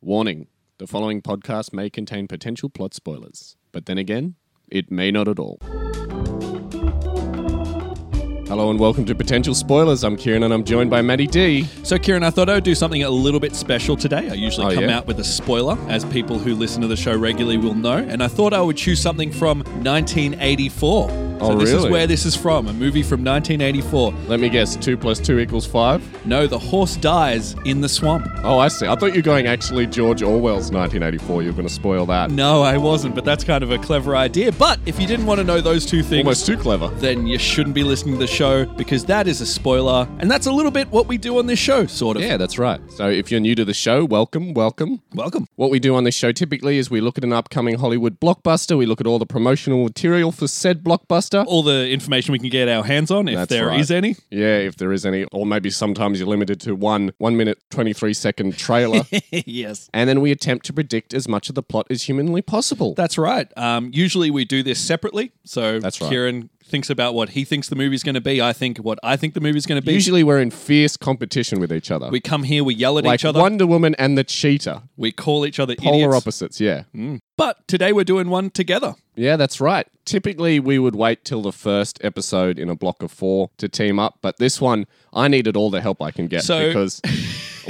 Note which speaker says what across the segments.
Speaker 1: Warning the following podcast may contain potential plot spoilers, but then again, it may not at all. Hello and welcome to Potential Spoilers. I'm Kieran and I'm joined by Maddie D.
Speaker 2: So, Kieran, I thought I would do something a little bit special today. I usually
Speaker 1: Oh,
Speaker 2: come
Speaker 1: yeah?
Speaker 2: out with a spoiler, as people who listen to the show regularly will know. And I thought I would choose something from 1984.
Speaker 1: Oh,
Speaker 2: so this
Speaker 1: really?
Speaker 2: is where this is from, a movie from 1984.
Speaker 1: Let me guess, 2 plus 2 equals 5?
Speaker 2: No, the horse dies in the swamp.
Speaker 1: Oh, I see. I thought you were going actually George Orwell's 1984. You were going to spoil that.
Speaker 2: No, I wasn't, but that's kind of a clever idea. But if you didn't want to know those two things,
Speaker 1: Almost too clever.
Speaker 2: then you shouldn't be listening to the show because that is a spoiler. And that's a little bit what we do on this show, sort of.
Speaker 1: Yeah, that's right. So if you're new to the show, welcome, welcome.
Speaker 2: Welcome.
Speaker 1: What we do on this show typically is we look at an upcoming Hollywood blockbuster, we look at all the promotional material for said blockbuster.
Speaker 2: All the information we can get our hands on, if
Speaker 1: That's
Speaker 2: there is
Speaker 1: right.
Speaker 2: any.
Speaker 1: Yeah, if there is any, or maybe sometimes you're limited to one one minute twenty three second trailer,
Speaker 2: yes.
Speaker 1: and then we attempt to predict as much of the plot as humanly possible.
Speaker 2: That's right. Um, usually we do this separately. So
Speaker 1: That's right.
Speaker 2: Kieran thinks about what he thinks the movie's going to be. I think what I think the movie's going to be.
Speaker 1: Usually, we're in fierce competition with each other,
Speaker 2: we come here, we yell at
Speaker 1: like
Speaker 2: each other,
Speaker 1: Wonder Woman and the Cheetah,
Speaker 2: we call each other
Speaker 1: polar
Speaker 2: idiots.
Speaker 1: opposites. Yeah,
Speaker 2: But today we're doing one together.
Speaker 1: yeah, that's right. Typically, we would wait till the first episode in a block of four to team up, but this one, I needed all the help I can get
Speaker 2: So-
Speaker 1: because.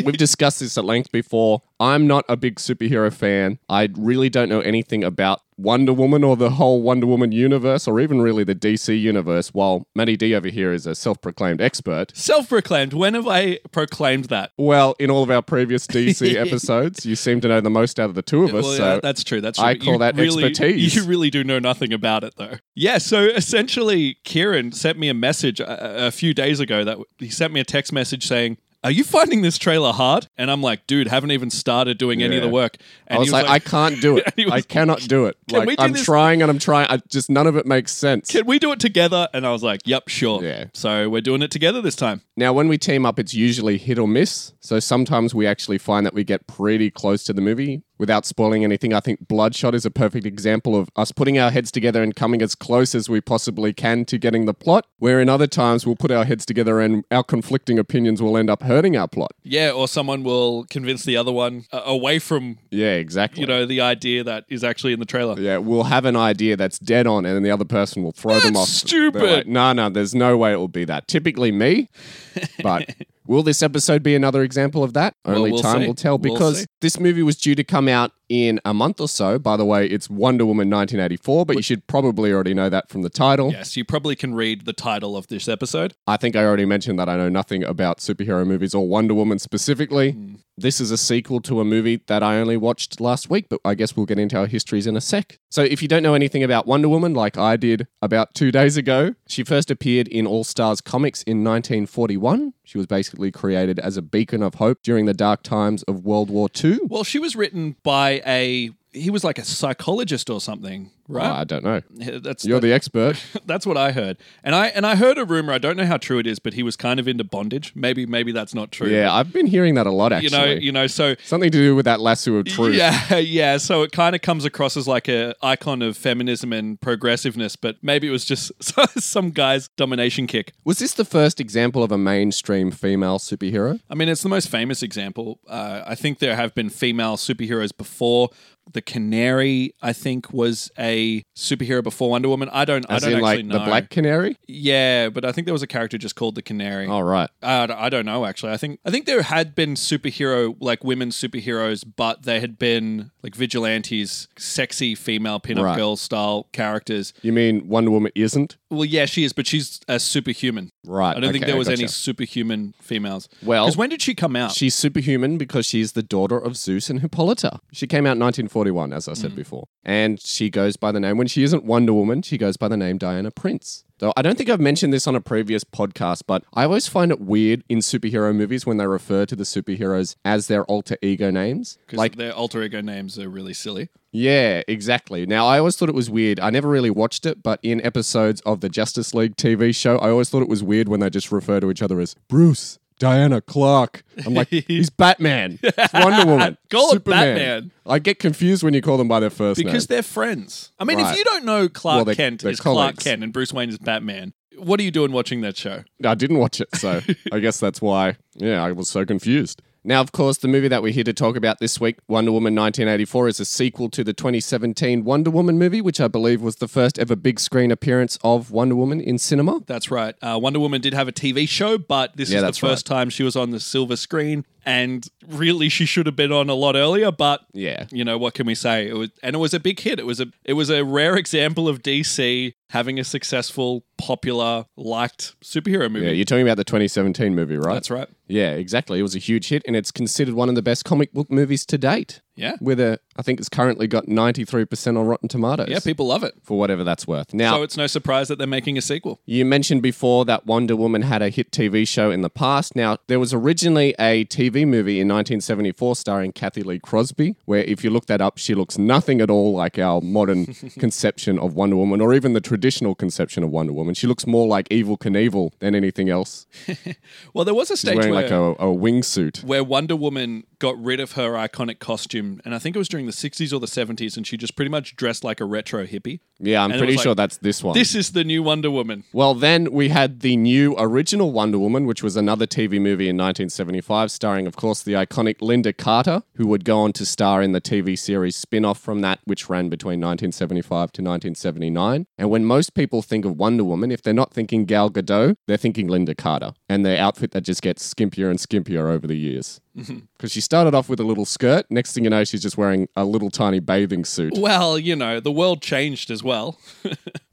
Speaker 1: We've discussed this at length before. I'm not a big superhero fan. I really don't know anything about Wonder Woman or the whole Wonder Woman universe or even really the DC universe, while Matty D over here is a self proclaimed expert.
Speaker 2: Self-proclaimed. When have I proclaimed that?
Speaker 1: Well, in all of our previous DC episodes, you seem to know the most out of the two of us.
Speaker 2: Well,
Speaker 1: so
Speaker 2: yeah, that's true. That's true.
Speaker 1: I
Speaker 2: But
Speaker 1: call
Speaker 2: you
Speaker 1: that
Speaker 2: really,
Speaker 1: expertise.
Speaker 2: You really do know nothing about it, though. Yeah. So essentially, Kieran sent me a message a, a few days ago that he sent me a text message saying. Are you finding this trailer hard? And I'm like, dude, haven't even started doing any of
Speaker 1: Yeah.
Speaker 2: the work. And
Speaker 1: I was,
Speaker 2: he
Speaker 1: like, I can't do it.
Speaker 2: he was
Speaker 1: I cannot do it.
Speaker 2: "Can
Speaker 1: Like,
Speaker 2: we do
Speaker 1: I'm
Speaker 2: this?"
Speaker 1: trying and I'm trying. I just none of it makes sense.
Speaker 2: can we do it together? And I was like, yep, sure.
Speaker 1: Yeah.
Speaker 2: So we're doing it together this time.
Speaker 1: Now, when we team up, it's usually hit or miss. So sometimes we actually find that we get pretty close to the movie without spoiling anything. I think Bloodshot is a perfect example of us putting our heads together and coming as close as we possibly can to getting the plot, where in other times we'll put our heads together and our conflicting opinions will end up hurting our plot.
Speaker 2: Yeah, or someone will convince the other one uh, away from,
Speaker 1: Yeah, exactly.
Speaker 2: you know, the idea that is actually in the trailer.
Speaker 1: yeah, we'll have an idea that's dead on, and then the other person will throw them off.
Speaker 2: That's
Speaker 1: They're like,
Speaker 2: stupid.
Speaker 1: no, no, there's no way it will be that. Typically me, but will this episode be another example of that? Only
Speaker 2: we'll
Speaker 1: time
Speaker 2: see.
Speaker 1: will tell
Speaker 2: We'll
Speaker 1: because
Speaker 2: see.
Speaker 1: this movie was due to come out in a month or so. By the way, it's Wonder Woman 1984, but you should probably already know that from the title.
Speaker 2: Yes, you probably can read the title of this episode.
Speaker 1: I think I already mentioned that I know nothing about superhero movies or Wonder Woman specifically.
Speaker 2: Hmm.
Speaker 1: This is a sequel to a movie that I only watched last week, but I guess we'll get into our histories in a sec. So, if you don't know anything about Wonder Woman, like I did about two days ago, she first appeared in All Stars Comics in 1941. She was basically created as a beacon of hope during the dark times of World War II.
Speaker 2: Well, she was written by a he was like a psychologist or something, right?
Speaker 1: Ah, I don't know.
Speaker 2: That's
Speaker 1: You're the expert.
Speaker 2: that's what I heard. And I and I heard a rumor, I don't know how true it is, but he was kind of into bondage. Maybe maybe that's not true.
Speaker 1: Yeah, I've been hearing that a lot, actually.
Speaker 2: You know, you know, so
Speaker 1: Something to do with that lasso of truth.
Speaker 2: Yeah, yeah. So it kind of comes across as like a icon of feminism and progressiveness, but maybe it was just some guy's domination kick.
Speaker 1: Was this the first example of a mainstream female superhero?
Speaker 2: I mean, it's the most famous example. Uh, I think there have been female superheroes before. The Canary, I think, was a superhero before Wonder Woman. I don't,
Speaker 1: As
Speaker 2: I don't
Speaker 1: in,
Speaker 2: actually
Speaker 1: like
Speaker 2: know.
Speaker 1: the Black Canary.
Speaker 2: yeah, but I think there was a character just called the Canary.
Speaker 1: All right.
Speaker 2: I, Uh, I don't know actually. I think I think there had been superhero like women superheroes, but they had been like vigilantes, sexy female pinup
Speaker 1: Right.
Speaker 2: girl style characters.
Speaker 1: You mean Wonder Woman isn't?
Speaker 2: Well, yeah, she is, but she's a superhuman.
Speaker 1: Right.
Speaker 2: I don't think
Speaker 1: okay,
Speaker 2: there was
Speaker 1: gotcha.
Speaker 2: any superhuman females.
Speaker 1: Well-
Speaker 2: because when did she come out?
Speaker 1: She's superhuman because she's the daughter of Zeus and Hippolyta. She came out in 1941, as I said before. And she goes by the name, when she isn't Wonder Woman, she goes by the name Diana Prince. Though I don't think I've mentioned this on a previous podcast, but I always find it weird in superhero movies when they refer to the superheroes as their alter ego names.
Speaker 2: Because their alter ego names are really silly.
Speaker 1: Yeah, exactly. Now, I always thought it was weird. I never really watched it, but in episodes of the Justice League TV show, I always thought it was weird when they just refer to each other as Bruce, Diana, Clark. I'm like, he's Batman, it's Wonder Woman,
Speaker 2: Call him
Speaker 1: Superman.
Speaker 2: Batman.
Speaker 1: I get confused when you call them by their first name.
Speaker 2: Because they're friends. I mean,
Speaker 1: Right.
Speaker 2: if you don't know Clark
Speaker 1: Well, they're-
Speaker 2: Kent
Speaker 1: they're
Speaker 2: is Clark
Speaker 1: colleagues.
Speaker 2: Kent and Bruce Wayne is Batman, what are you doing watching that show?
Speaker 1: I didn't watch it, so I guess that's why. Yeah, I was so confused. Now, of course, the movie that we're here to talk about this week, Wonder Woman 1984, is a sequel to the 2017 Wonder Woman movie, which I believe was the first ever big screen appearance of Wonder Woman in cinema.
Speaker 2: That's right. Uh, Wonder Woman did have a TV show, but this
Speaker 1: Yeah,
Speaker 2: is the
Speaker 1: that's right.
Speaker 2: first time she was on the silver screen. And really, she should have been on a lot earlier. But
Speaker 1: Yeah.
Speaker 2: you know what can we say? It was, and it was a big hit. It was a it was a rare example of DC having a successful, popular, liked superhero movie.
Speaker 1: Yeah, you're talking about the 2017 movie, right?
Speaker 2: That's right.
Speaker 1: Yeah, exactly. It was a huge hit, and it's considered one of the best comic book movies to date.
Speaker 2: Yeah.
Speaker 1: With a, I think it's currently got 93% on Rotten Tomatoes.
Speaker 2: Yeah, people love it.
Speaker 1: for whatever that's worth. Now,
Speaker 2: So it's no surprise that they're making a sequel.
Speaker 1: You mentioned before that Wonder Woman had a hit TV show in the past. Now, there was originally a TV movie in 1974 starring Kathy Lee Crosby, where if you look that up, she looks nothing at all like our modern conception of Wonder Woman or even the traditional conception of Wonder Woman. She looks more like Evil Knievel than anything else,
Speaker 2: Well, there was a stage
Speaker 1: wearing
Speaker 2: where
Speaker 1: like a, a wingsuit.
Speaker 2: where Wonder Woman got rid of her iconic costume, and I think it was during the 60s or the 70s, and she just pretty much dressed like a retro hippie.
Speaker 1: Yeah, I'm
Speaker 2: And it
Speaker 1: pretty
Speaker 2: was
Speaker 1: sure
Speaker 2: like,
Speaker 1: that's this one.
Speaker 2: This is the new Wonder Woman.
Speaker 1: Well, then we had the new original Wonder Woman, which was another TV movie in 1975, starring, of course, the iconic Linda Carter, who would go on to star in the TV series spin off from that, which ran between 1975 to 1979. And when most people think of Wonder Woman, if they're not thinking Gal Gadot, they're thinking Linda Carter and their outfit that just gets skimpier and skimpier over the years.
Speaker 2: Mm-hmm.
Speaker 1: Because she started off with a little skirt. Next thing you know, she's just wearing a little tiny bathing suit.
Speaker 2: Well, you know, the world changed as well.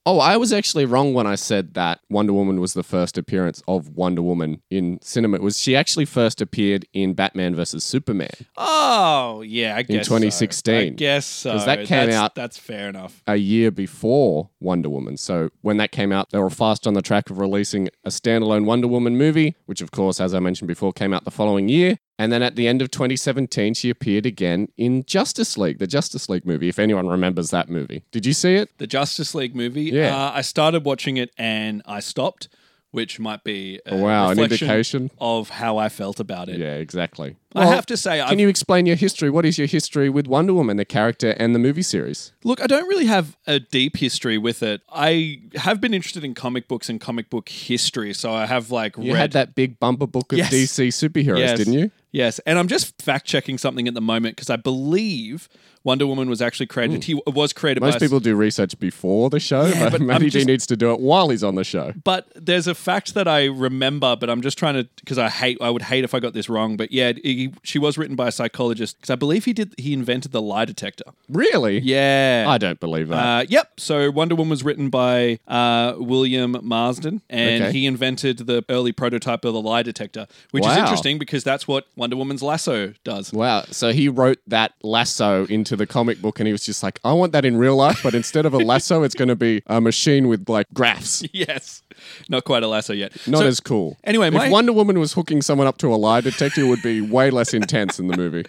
Speaker 1: Oh, I was actually wrong when I said that Wonder Woman was the first appearance of Wonder Woman in cinema. It was she actually first appeared in Batman vs Superman?
Speaker 2: oh, yeah, I guess so.
Speaker 1: 2016.
Speaker 2: I guess so.
Speaker 1: 'Cause that came
Speaker 2: that's,
Speaker 1: out-
Speaker 2: That's fair enough.
Speaker 1: a year before Wonder Woman. So when that came out, they were fast on the track of releasing a standalone Wonder Woman movie, which, of course, as I mentioned before, came out the following year. And then at the end of 2017, she appeared again in Justice League, the Justice League movie, if anyone remembers that movie. Did you see it?
Speaker 2: The Justice League movie.
Speaker 1: Yeah.
Speaker 2: Uh, I started watching it and I stopped, which might be a
Speaker 1: Wow, an
Speaker 2: reflection
Speaker 1: indication.
Speaker 2: of how I felt about it.
Speaker 1: Yeah, exactly.
Speaker 2: I
Speaker 1: Well,
Speaker 2: have to say, I've
Speaker 1: Can you explain your history? What is your history with Wonder Woman, the character, and the movie series?
Speaker 2: Look, I don't really have a deep history with it. I have been interested in comic books and comic book history, so I have like
Speaker 1: You
Speaker 2: read
Speaker 1: had that big bumper book of
Speaker 2: Yes.
Speaker 1: DC superheroes,
Speaker 2: Yes.
Speaker 1: didn't you?
Speaker 2: Yes, and I'm just fact checking something at the moment because I believe Wonder Woman was actually created. He was created
Speaker 1: Hmm. Most
Speaker 2: by
Speaker 1: people do research before the show, but,
Speaker 2: but I'm
Speaker 1: Matty G
Speaker 2: just-
Speaker 1: needs to do it while he's on the show.
Speaker 2: But there's a fact that I remember, but I'm just trying to because I hate I would hate if I got this wrong. But yeah, he, she was written by a psychologist because I believe he did he invented the lie detector.
Speaker 1: Really?
Speaker 2: Yeah,
Speaker 1: I don't believe that.
Speaker 2: Uh, yep. So Wonder Woman was written by uh, William Marsden, and
Speaker 1: Okay.
Speaker 2: he invented the early prototype of the lie detector, which is
Speaker 1: Wow.
Speaker 2: interesting because that's what Wonder Woman's lasso does.
Speaker 1: wow. So he wrote that lasso into the comic book and he was just like, I want that in real life, but instead of a lasso, it's going to be a machine with like graphs.
Speaker 2: Yes, not quite a lasso yet.
Speaker 1: Not
Speaker 2: So-
Speaker 1: as cool.
Speaker 2: anyway,
Speaker 1: if
Speaker 2: my-
Speaker 1: Wonder Woman was hooking someone up to a lie detector, it would be way less intense in the movie.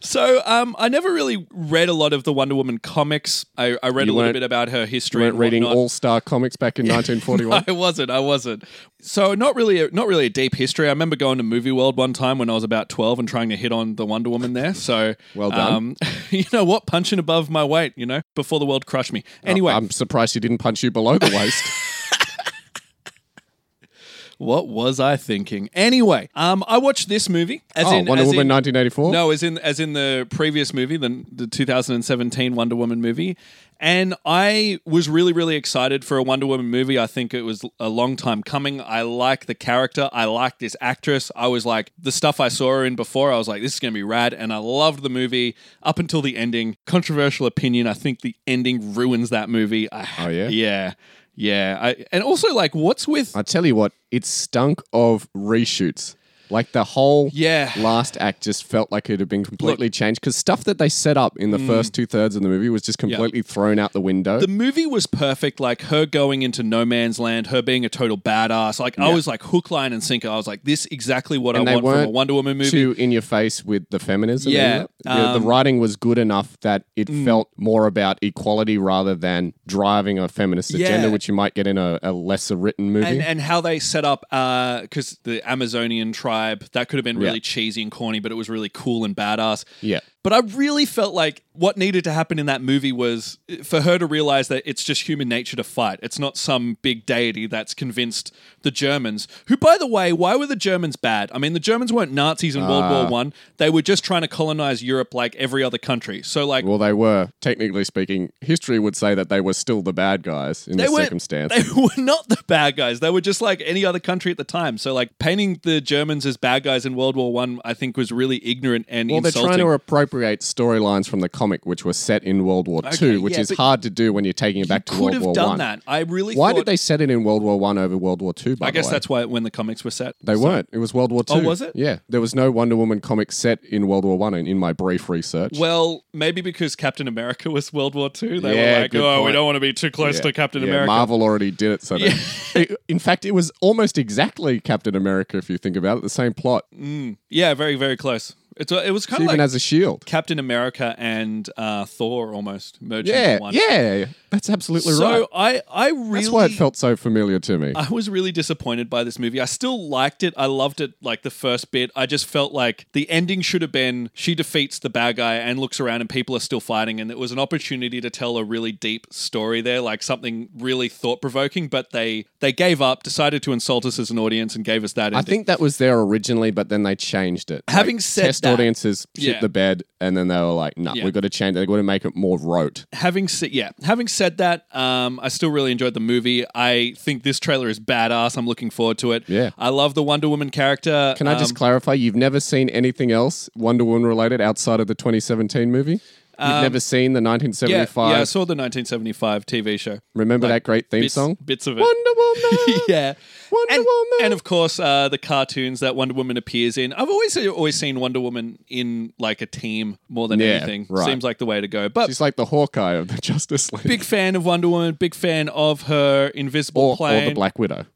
Speaker 2: so um, I never really read a lot of the Wonder Woman comics. I, I read a little
Speaker 1: weren't-
Speaker 2: bit about her history.
Speaker 1: You weren't
Speaker 2: and
Speaker 1: reading
Speaker 2: whatnot.
Speaker 1: All Star comics back in 1941.
Speaker 2: I wasn't. I wasn't. So not really, a, not really a deep history. I remember going to Movie World one time when I was about twelve and trying to hit on the Wonder Woman there. So
Speaker 1: Well done.
Speaker 2: Um, you know what? Punching above my weight. You know, before the world crushed me. Anyway,
Speaker 1: Oh, I'm surprised she didn't punch you below the waist.
Speaker 2: what was I thinking? Anyway, um, I watched this movie. As
Speaker 1: oh,
Speaker 2: in,
Speaker 1: Wonder
Speaker 2: as
Speaker 1: Woman
Speaker 2: in-
Speaker 1: 1984?
Speaker 2: No, as in as in the previous movie, the the 2017 Wonder Woman movie, and I was really really excited for a Wonder Woman movie. I think it was a long time coming. I like the character. I like this actress. I was like the stuff I saw her in before. I was like, this is gonna be rad, and I loved the movie up until the ending. Controversial opinion. I think the ending ruins that movie. I,
Speaker 1: Oh, yeah?
Speaker 2: yeah, yeah. I, and also like, what's with
Speaker 1: I tell you what, it stunk of reshoots. Like the whole
Speaker 2: yeah.
Speaker 1: last act just felt like it had been completely changed because stuff that they set up in the first two thirds of the movie was just completely thrown out the window.
Speaker 2: Mm. the movie was perfect. Like her going into no man's land, her being a total badass. Like I was like hook, line, and sinker. I was like, this exactly what
Speaker 1: And
Speaker 2: I
Speaker 1: they
Speaker 2: want from a
Speaker 1: weren't
Speaker 2: Wonder Woman movie.
Speaker 1: Too in your face with the feminism. in
Speaker 2: Yeah, um, Mm.
Speaker 1: it. The- the writing was good enough that it felt more about equality rather than driving a feminist agenda,
Speaker 2: Yeah.
Speaker 1: which you might get in a, a lesser written movie.
Speaker 2: and, and how they set up uh, because the Amazonian tribe that could have been really
Speaker 1: Yeah.
Speaker 2: cheesy and corny, but it was really cool and badass.
Speaker 1: yeah.
Speaker 2: But I really felt like what needed to happen in that movie was for her to realize that it's just human nature to fight. It's not some big deity that's convinced the Germans, who, by the way, why were the Germans bad? I mean, the Germans weren't Nazis in World
Speaker 1: Ah.
Speaker 2: War One. They were just trying to colonize Europe like every other country. So, like,
Speaker 1: Well, they were. Technically speaking, history would say that they were still the bad guys in
Speaker 2: they
Speaker 1: this
Speaker 2: were,
Speaker 1: circumstance.
Speaker 2: They were not the bad guys. They were just like any other country at the time. So like painting the Germans as bad guys in World War One, I, think was really ignorant and
Speaker 1: well, they're
Speaker 2: insulting.
Speaker 1: trying to appropriate storylines from the comic, which were set in World War II, which
Speaker 2: yeah,
Speaker 1: is
Speaker 2: but
Speaker 1: hard to do when you're taking it back to
Speaker 2: could
Speaker 1: World
Speaker 2: have
Speaker 1: War
Speaker 2: done
Speaker 1: One.
Speaker 2: that. I really
Speaker 1: Why
Speaker 2: thought,
Speaker 1: did they set it in World War One over World War Two? By
Speaker 2: I
Speaker 1: the
Speaker 2: guess
Speaker 1: way?
Speaker 2: that's why when the comics were set.
Speaker 1: They
Speaker 2: So- Oh,
Speaker 1: weren't. It was World War Two.
Speaker 2: was it?
Speaker 1: Yeah, there was no Wonder Woman comic set in World War One. In, in my brief research,
Speaker 2: Well, maybe because Captain America was World War Two, they
Speaker 1: Yeah,
Speaker 2: were like,
Speaker 1: good
Speaker 2: "Oh, we
Speaker 1: point.
Speaker 2: don't want to be too close
Speaker 1: Yeah.
Speaker 2: to Captain
Speaker 1: Yeah,
Speaker 2: America."
Speaker 1: Marvel already did it. So, they- It- in fact, it was almost exactly Captain America. If you think about it, the same plot,
Speaker 2: Yeah, very, very close. It's, it was kind
Speaker 1: even
Speaker 2: of like
Speaker 1: as a shield.
Speaker 2: Captain America and uh, Thor almost merged
Speaker 1: Yeah,
Speaker 2: into one.
Speaker 1: yeah, that's absolutely right.
Speaker 2: So I, I really
Speaker 1: That's why it felt so familiar to me.
Speaker 2: I was really disappointed by this movie. I still liked it. I loved it like the first bit. I just felt like the ending should have been she defeats the bad guy and looks around and people are still fighting and it was an opportunity to tell a really deep story there, like something really thought-provoking, but they they gave up, decided to insult us as an audience and gave us that ending.
Speaker 1: I think that was there originally, but then they changed it.
Speaker 2: Having said
Speaker 1: test
Speaker 2: that-
Speaker 1: audiences shit
Speaker 2: Yeah.
Speaker 1: the bed, and then they were like, "No,
Speaker 2: Yeah.
Speaker 1: we've got to change. They've got to make it more rote."
Speaker 2: having said yeah, having said that, um, I still really enjoyed the movie. I think this trailer is badass. I'm looking forward to it.
Speaker 1: Yeah.
Speaker 2: I love the Wonder Woman character.
Speaker 1: Can I
Speaker 2: Um,
Speaker 1: just clarify? You've never seen anything else Wonder Woman related outside of the 2017 movie. You've never seen the
Speaker 2: Um, yeah,
Speaker 1: 1975.
Speaker 2: yeah, I saw the 1975 TV show.
Speaker 1: Remember that great theme
Speaker 2: bits,
Speaker 1: song?
Speaker 2: bits of it.
Speaker 1: Wonder Woman.
Speaker 2: yeah.
Speaker 1: Wonder
Speaker 2: and,
Speaker 1: Woman.
Speaker 2: and of course, uh, the cartoons that Wonder Woman appears in. I've always always seen Wonder Woman in like a team more than
Speaker 1: Yeah,
Speaker 2: anything.
Speaker 1: right.
Speaker 2: Seems like the way to go. But
Speaker 1: She's like the Hawkeye of the Justice League,
Speaker 2: big fan of Wonder Woman. Big fan of her invisible
Speaker 1: or, or
Speaker 2: plane.
Speaker 1: the Black Widow.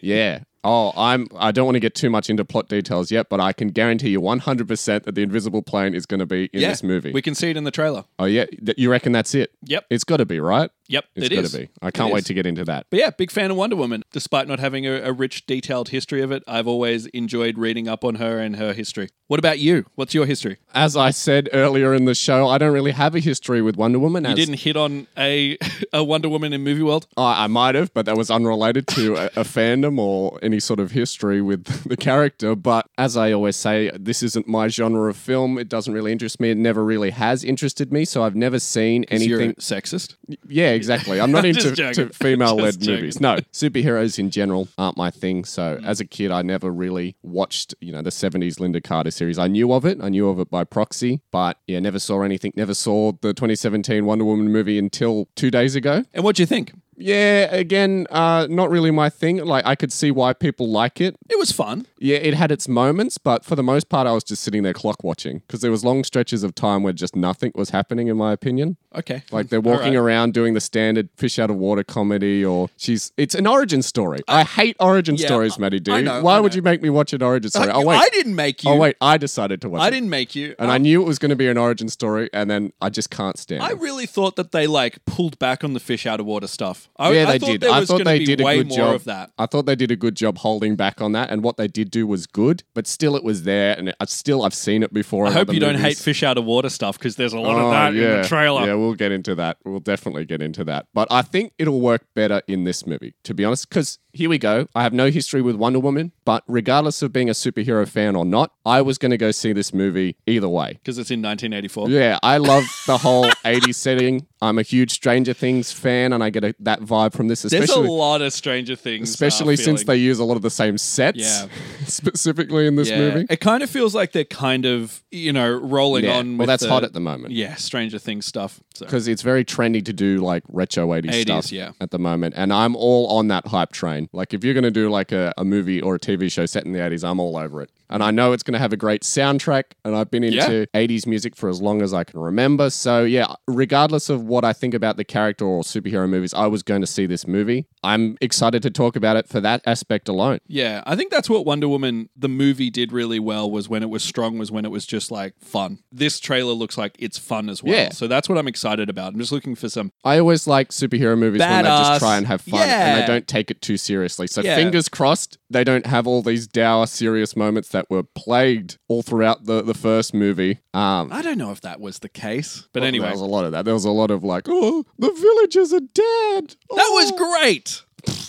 Speaker 1: yeah. Oh, I'm. I don't want to get too much into plot details yet, but I can guarantee you 100 percent that the Invisible Plane is going to be in
Speaker 2: yeah,
Speaker 1: this movie.
Speaker 2: We can see it in the trailer.
Speaker 1: oh yeah, Th- you reckon that's it?
Speaker 2: Yep.
Speaker 1: It's got to be right.
Speaker 2: Yep.
Speaker 1: It's
Speaker 2: it
Speaker 1: got
Speaker 2: is.
Speaker 1: to be. I can't
Speaker 2: It
Speaker 1: wait
Speaker 2: is.
Speaker 1: to get into that.
Speaker 2: But yeah, big fan of Wonder Woman. Despite not having a, a rich, detailed history of it, I've always enjoyed reading up on her and her history. What about you? What's your history?
Speaker 1: As I said earlier in the show, I don't really have a history with Wonder Woman. as
Speaker 2: You didn't hit on a a Wonder Woman in movie world.
Speaker 1: I, I might have, but that was unrelated to a, a fandom or any sort of history with the character. But as I always say, this isn't my genre of film. It doesn't really interest me. It never really has interested me. So I've never seen
Speaker 2: You're
Speaker 1: anything.
Speaker 2: sexist.
Speaker 1: Yeah, exactly. I'm not
Speaker 2: I'm
Speaker 1: into
Speaker 2: just joking.
Speaker 1: female led
Speaker 2: Just joking. Mm.
Speaker 1: movies. No, superheroes in general aren't my thing. So as a kid, I never really watched, you know, the 70s Linda Carter series. I knew of it. I knew of it by proxy, but yeah, never saw anything. Never saw the 2017 Wonder Woman movie until two days ago.
Speaker 2: And what do you think?
Speaker 1: Yeah, again, uh, not really my thing. Like, I could see why people like it.
Speaker 2: It was fun.
Speaker 1: Yeah, it had its moments, but for the most part, I was just sitting there clock watching because there was long stretches of time where just nothing was happening, in my opinion.
Speaker 2: Okay.
Speaker 1: Like they're walking
Speaker 2: Alright.
Speaker 1: around doing the standard fish out of water comedy, or she's. It's an origin story. I hate origin
Speaker 2: yeah,
Speaker 1: stories,
Speaker 2: I-
Speaker 1: Maddie D.
Speaker 2: I know,
Speaker 1: Why
Speaker 2: I
Speaker 1: would
Speaker 2: know.
Speaker 1: you make me watch an origin story? oh
Speaker 2: I
Speaker 1: wait,
Speaker 2: didn't make you.
Speaker 1: oh wait, I decided to watch.
Speaker 2: I
Speaker 1: it.
Speaker 2: didn't make you.
Speaker 1: and I knew it was going to be an origin story, and then I just can't stand.
Speaker 2: I
Speaker 1: it.
Speaker 2: really thought that they like pulled back on the fish out of water stuff. I,
Speaker 1: yeah,
Speaker 2: I
Speaker 1: they
Speaker 2: thought
Speaker 1: did.
Speaker 2: There
Speaker 1: I
Speaker 2: was
Speaker 1: thought
Speaker 2: gonna
Speaker 1: they
Speaker 2: be
Speaker 1: did a
Speaker 2: way
Speaker 1: good
Speaker 2: more
Speaker 1: job
Speaker 2: of that.
Speaker 1: I thought they did a good job holding back on that, and what they did do was good. But still, it was there, and I still I've seen it before.
Speaker 2: I hope you don't hate fish out of water stuff because there's a lot of that in the trailer.
Speaker 1: Oh, Yeah, we'll get into that. We'll definitely get into that. But I think it'll work better in this movie, to be honest. Because here we go. I have no history with Wonder Woman, but regardless of being a superhero fan or not, I was going to go see this movie either way.
Speaker 2: Because it's in 1984.
Speaker 1: Yeah, I love the whole 80s setting. I'm a huge Stranger Things fan, and I get a, that vibe from this,
Speaker 2: There's a
Speaker 1: especially
Speaker 2: lot of Stranger Things. uh,
Speaker 1: especially since
Speaker 2: feeling.
Speaker 1: they use a lot of the same sets
Speaker 2: Yeah.
Speaker 1: specifically in this
Speaker 2: Yeah.
Speaker 1: movie
Speaker 2: It kind of feels like they're kind of, you know, rolling
Speaker 1: yeah.
Speaker 2: on.
Speaker 1: well
Speaker 2: with
Speaker 1: that's
Speaker 2: the,
Speaker 1: hot at the moment
Speaker 2: Yeah, Stranger Things stuff. So.
Speaker 1: because it's very trendy to do like retro 80s,
Speaker 2: 80s,
Speaker 1: stuff
Speaker 2: yeah.
Speaker 1: at the moment and i'm all on that hype train like if you're going to do like a, a movie or a tv show set in the 80s i'm all over it and i know it's going to have a great soundtrack and i've been into
Speaker 2: Yeah.
Speaker 1: 80s music for as long as i can remember so yeah regardless of what i think about the character or superhero movies i was going to see this movie I'm excited to talk about it for that aspect alone.
Speaker 2: Yeah, I think that's what Wonder Woman the movie did really well was when it was strong was when it was just like fun. This trailer looks like it's fun as well.
Speaker 1: Yeah.
Speaker 2: So that's what I'm excited about. I'm just looking for some
Speaker 1: I always like superhero movies when they
Speaker 2: Badass.
Speaker 1: just try and have fun and
Speaker 2: Yeah.
Speaker 1: they don't take it too seriously. So
Speaker 2: Yeah.
Speaker 1: fingers crossed they don't have all these dour, serious moments that were plagued all throughout the, the first movie. Um,
Speaker 2: I don't know if that was the case. But
Speaker 1: well,
Speaker 2: anyway,
Speaker 1: there was a lot of that. There was a lot of like, oh, the villagers are dead.
Speaker 2: that was great.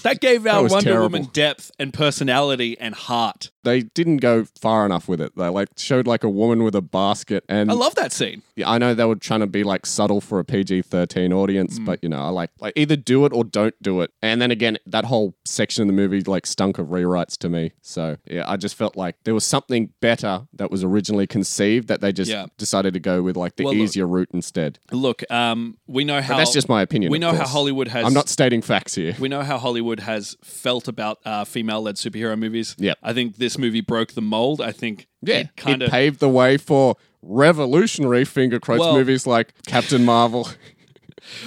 Speaker 2: That gave our
Speaker 1: was
Speaker 2: Wonder
Speaker 1: terrible.
Speaker 2: Woman depth and personality and heart.
Speaker 1: They didn't go far enough with it. They like showed like a woman with a basket, and
Speaker 2: I love that scene.
Speaker 1: Yeah, I know they were trying to be like subtle for a PG thirteen
Speaker 2: Mm.
Speaker 1: audience, but you know, I like like either do it or don't do it. And then again, that whole section of the movie like stunk of rewrites to me. So yeah, I just felt like there was something better that was originally conceived that they just
Speaker 2: Yeah.
Speaker 1: decided to go with like the
Speaker 2: Well, look-
Speaker 1: easier route instead.
Speaker 2: Look, um, we know how
Speaker 1: That's just my opinion.
Speaker 2: we
Speaker 1: of
Speaker 2: know how
Speaker 1: course.
Speaker 2: Hollywood has
Speaker 1: I'm not stating facts here.
Speaker 2: we know how Hollywood has felt about uh, female-led superhero movies.
Speaker 1: Yep.
Speaker 2: I think this movie broke the mold. I think
Speaker 1: Yeah,
Speaker 2: it kind
Speaker 1: it
Speaker 2: of
Speaker 1: paved the way for revolutionary finger quotes
Speaker 2: Well-
Speaker 1: movies like Captain Marvel,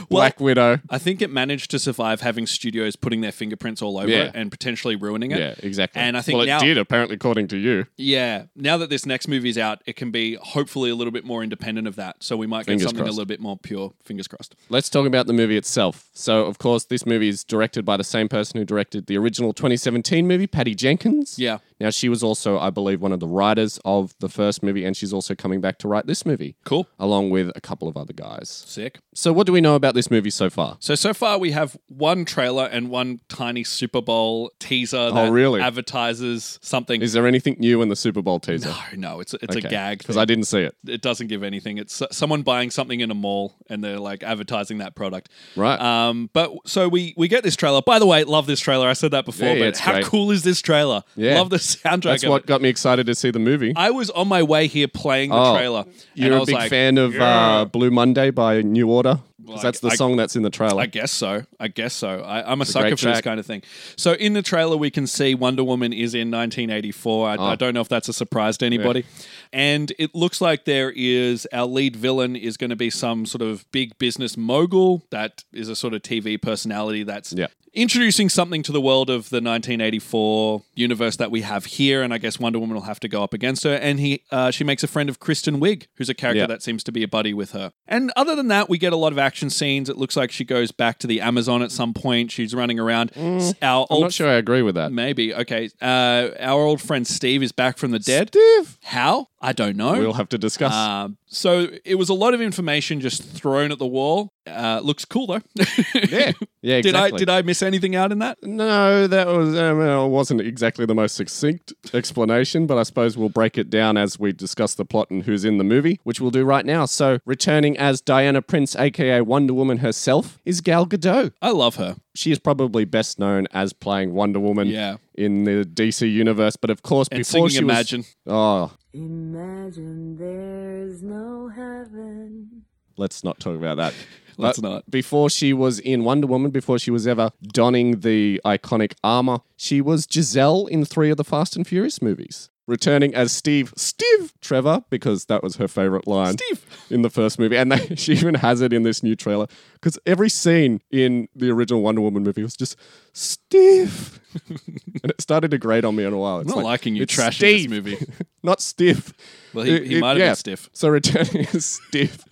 Speaker 1: Black Widow.
Speaker 2: I think it managed to survive having studios putting their fingerprints all over
Speaker 1: Yeah.
Speaker 2: it and potentially ruining it.
Speaker 1: Yeah, exactly.
Speaker 2: And I think
Speaker 1: well, it
Speaker 2: now-
Speaker 1: did apparently, according to you.
Speaker 2: Yeah. Now that this next movie's out, it can be hopefully a little bit more independent of that. So we might get
Speaker 1: Fingers
Speaker 2: something a
Speaker 1: crossed.
Speaker 2: little bit more pure. Fingers crossed.
Speaker 1: Let's talk about the movie itself. So, of course, this movie is directed by the same person who directed the original 2017 movie, Patty Jenkins.
Speaker 2: Yeah.
Speaker 1: Now, she was also, I believe, one of the writers of the first movie, and she's also coming back to write this movie,
Speaker 2: Cool.
Speaker 1: along with a couple of other guys.
Speaker 2: Sick.
Speaker 1: So, what do we know about this movie so far?
Speaker 2: So so far we have one trailer and one tiny Super Bowl teaser that
Speaker 1: Oh, really?
Speaker 2: advertises something.
Speaker 1: Is there anything new in the Super Bowl teaser?
Speaker 2: no, no, it's it's a gag.
Speaker 1: Because I didn't see it.
Speaker 2: it doesn't give anything. It's s- someone buying something in a mall and they're like advertising that product.
Speaker 1: Right.
Speaker 2: Um, but so we we get this trailer. By the way, love this trailer. I said that before,
Speaker 1: Yeah, yeah,
Speaker 2: but
Speaker 1: it's
Speaker 2: how
Speaker 1: great.
Speaker 2: cool is this trailer?
Speaker 1: Yeah.
Speaker 2: Love the soundtrack.
Speaker 1: That's
Speaker 2: of
Speaker 1: what
Speaker 2: it.
Speaker 1: got me excited to see the movie.
Speaker 2: I was on my way here playing the
Speaker 1: Oh,
Speaker 2: trailer. and
Speaker 1: You're
Speaker 2: I
Speaker 1: a
Speaker 2: was
Speaker 1: big
Speaker 2: like,
Speaker 1: fan of uh, Blue Monday by New Order? 'Cause
Speaker 2: Like,
Speaker 1: that's the
Speaker 2: I-
Speaker 1: song that's in the trailer.
Speaker 2: I guess so. I guess so. I, I'm a sucker
Speaker 1: great
Speaker 2: for this
Speaker 1: track.
Speaker 2: kind of thing. So in the trailer, we can see Wonder Woman is in 1984.
Speaker 1: Oh.
Speaker 2: I, I don't know if that's a surprise to anybody. And it looks like there is our lead villain is going to be some sort of big business mogul that is a sort of TV personality that's
Speaker 1: Yeah.
Speaker 2: introducing something to the world of the 1984 universe that we have here. And I guess Wonder Woman will have to go up against her. And he, uh, she makes a friend of Kristen Wiig, who's a character
Speaker 1: Yeah.
Speaker 2: that seems to be a buddy with her. And other than that, we get a lot of action scenes. It looks like she goes back to the Amazon at some point. She's running around. S-
Speaker 1: Mm.
Speaker 2: Our
Speaker 1: I'm
Speaker 2: old
Speaker 1: not sure I agree with that.
Speaker 2: maybe okay. Uh, our old friend Steve is back from the dead.
Speaker 1: Steve!
Speaker 2: How? I don't know.
Speaker 1: We'll have to discuss.
Speaker 2: Um, so it was a lot of information just thrown at the wall. Uh, looks cool though.
Speaker 1: Yeah, yeah.
Speaker 2: did I
Speaker 1: Exactly.
Speaker 2: did I miss anything out in that?
Speaker 1: No, that was um, uh, wasn't exactly the most succinct explanation, but I suppose we'll break it down as we discuss the plot and who's in the movie, which we'll do right now. So, returning as Diana Prince, aka Wonder Woman herself, is Gal Gadot.
Speaker 2: I love her.
Speaker 1: She is probably best known as playing Wonder Woman
Speaker 2: Yeah.
Speaker 1: in the DC universe, but of course, before
Speaker 2: singing
Speaker 1: she was-
Speaker 2: Imagine.
Speaker 1: oh,
Speaker 3: Imagine there's no heaven.
Speaker 1: let's not talk about that.
Speaker 2: Let's
Speaker 1: But
Speaker 2: not.
Speaker 1: Before she was in Wonder Woman, before she was ever donning the iconic armor, she was Giselle in three of the Fast and Furious movies. Returning as Steve, Steve Trevor, because that was her favorite line
Speaker 2: Steve.
Speaker 1: in the first movie. And they, she even has it in this new trailer. Because every scene in the original Wonder Woman movie was just Steve. and it started to grate on me in a while. It's
Speaker 2: not
Speaker 1: like,
Speaker 2: liking you
Speaker 1: it's
Speaker 2: trashing
Speaker 1: Steve.
Speaker 2: this movie.
Speaker 1: Not Stiff.
Speaker 2: Well, he-
Speaker 1: It-
Speaker 2: he
Speaker 1: it-
Speaker 2: might have been
Speaker 1: yeah.
Speaker 2: stiff.
Speaker 1: So returning as Stiff.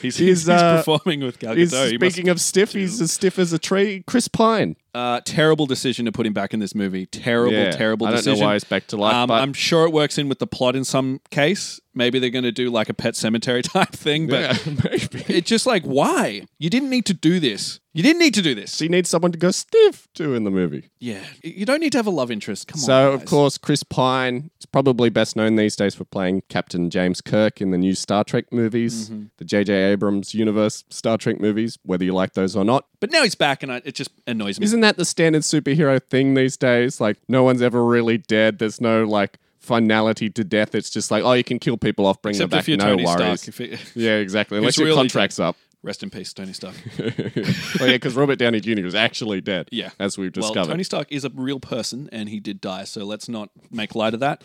Speaker 2: He's, he's,
Speaker 1: He's, uh,
Speaker 2: performing with Gal
Speaker 1: He's
Speaker 2: Gadot. He must-
Speaker 1: speaking of stiff, he's as stiff as a tree. Chris Pine.
Speaker 2: uh, terrible decision to put him back in this movie. Terrible, terrible
Speaker 1: I don't
Speaker 2: decision.
Speaker 1: know why he's back to life,
Speaker 2: um,
Speaker 1: but
Speaker 2: I'm sure it works in with the plot in some case. Maybe they're going to do like a pet cemetery type thing, but
Speaker 1: yeah, maybe.
Speaker 2: it's just like, why? You didn't need to do this. You didn't need to do this.
Speaker 1: She needs someone to go stiff to in the movie.
Speaker 2: Yeah, you don't need to have a love interest. Come on.
Speaker 1: So, of
Speaker 2: guys.
Speaker 1: course, Chris Pine is probably best known these days for playing Captain James Kirk in the new Star Trek movies,
Speaker 2: Mm-hmm.
Speaker 1: the J.J. Abrams universe Star Trek movies, whether you like those or not.
Speaker 2: But now he's back, and I, it just annoys me.
Speaker 1: Isn't that the standard superhero thing these days? Like, no one's ever really dead. There's no, like, finality to death. It's just like, oh, you can kill people off, bring
Speaker 2: Except
Speaker 1: them
Speaker 2: if
Speaker 1: back,
Speaker 2: you're
Speaker 1: no
Speaker 2: Tony
Speaker 1: worries.
Speaker 2: Stark. If it,
Speaker 1: Yeah, exactly. Unless your
Speaker 2: really
Speaker 1: contract's up.
Speaker 2: rest in peace, Tony Stark.
Speaker 1: well, yeah, because Robert Downey Jr. is actually dead.
Speaker 2: Yeah.
Speaker 1: as we've
Speaker 2: Well,
Speaker 1: discovered.
Speaker 2: Tony Stark is a real person, and he did die. So let's not make light of that.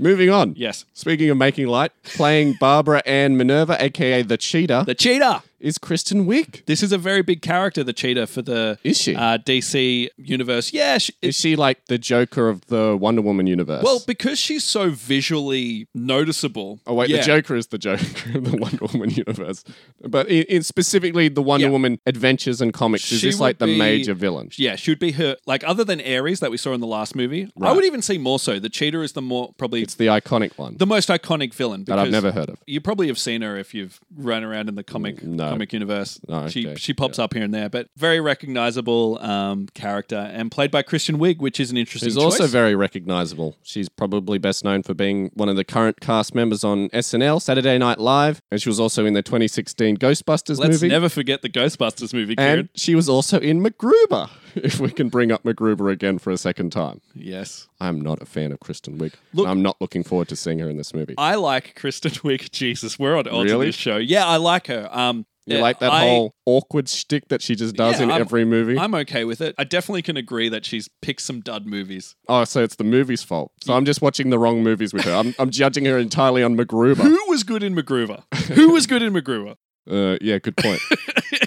Speaker 1: Moving on.
Speaker 2: Yes.
Speaker 1: Speaking of making light, playing Barbara Ann Minerva, aka the Cheetah,
Speaker 2: The cheetah.
Speaker 1: is Kristen Wiig.
Speaker 2: This is a very big character, the cheetah for the
Speaker 1: Is she?
Speaker 2: uh, DC universe. Yeah, she,
Speaker 1: is she like the Joker of the Wonder Woman universe?
Speaker 2: well because she's so visually noticeable.
Speaker 1: Oh wait,
Speaker 2: yeah.
Speaker 1: the Joker is the Joker of the Wonder Woman universe, but in, in specifically the Wonder
Speaker 2: Yeah.
Speaker 1: Woman adventures and comics, is
Speaker 2: She
Speaker 1: this like
Speaker 2: would
Speaker 1: the
Speaker 2: be-
Speaker 1: major villain?
Speaker 2: Yeah, she would be her like other than Ares that we saw in the last movie. I
Speaker 1: Right.
Speaker 2: would even say more so. The cheetah is the more probably
Speaker 1: It's the iconic one
Speaker 2: the most iconic villain
Speaker 1: that I've
Speaker 2: because
Speaker 1: never heard of.
Speaker 2: You probably have seen her if you've run around in the comic
Speaker 1: Mm, no.
Speaker 2: comic universe.
Speaker 1: No,
Speaker 2: She
Speaker 1: okay.
Speaker 2: she pops up here and there, but very recognizable um, character and played by Christian Wiig, which is an interesting.
Speaker 1: She's
Speaker 2: choice.
Speaker 1: also very recognizable. She's probably best known for being one of the current cast members on SNL, Saturday Night Live, and she was also in the 2016 Ghostbusters
Speaker 2: Let's
Speaker 1: movie.
Speaker 2: never forget the Ghostbusters movie, Kieran.
Speaker 1: and she was also in MacGruber, if we can bring up MacGruber again for a second time.
Speaker 2: yes,
Speaker 1: I'm not a fan of Kristen Wiig.
Speaker 2: Look-
Speaker 1: and I'm not looking forward to seeing her in this movie.
Speaker 2: I like Kristen Wiig. Jesus, we're on odds
Speaker 1: Really?
Speaker 2: in this show. Yeah, I like her. Um,
Speaker 1: you
Speaker 2: yeah,
Speaker 1: like that
Speaker 2: I-
Speaker 1: whole awkward shtick that she just does
Speaker 2: Yeah,
Speaker 1: in
Speaker 2: I'm-
Speaker 1: every movie?
Speaker 2: I'm okay with it. I definitely can agree that she's picked some dud movies.
Speaker 1: oh, so it's the movie's fault. So I'm just watching the wrong movies with her. I'm, I'm judging her entirely on MacGruber.
Speaker 2: Who was good in MacGruber? Who was good in MacGruber?
Speaker 1: Uh, yeah, good point.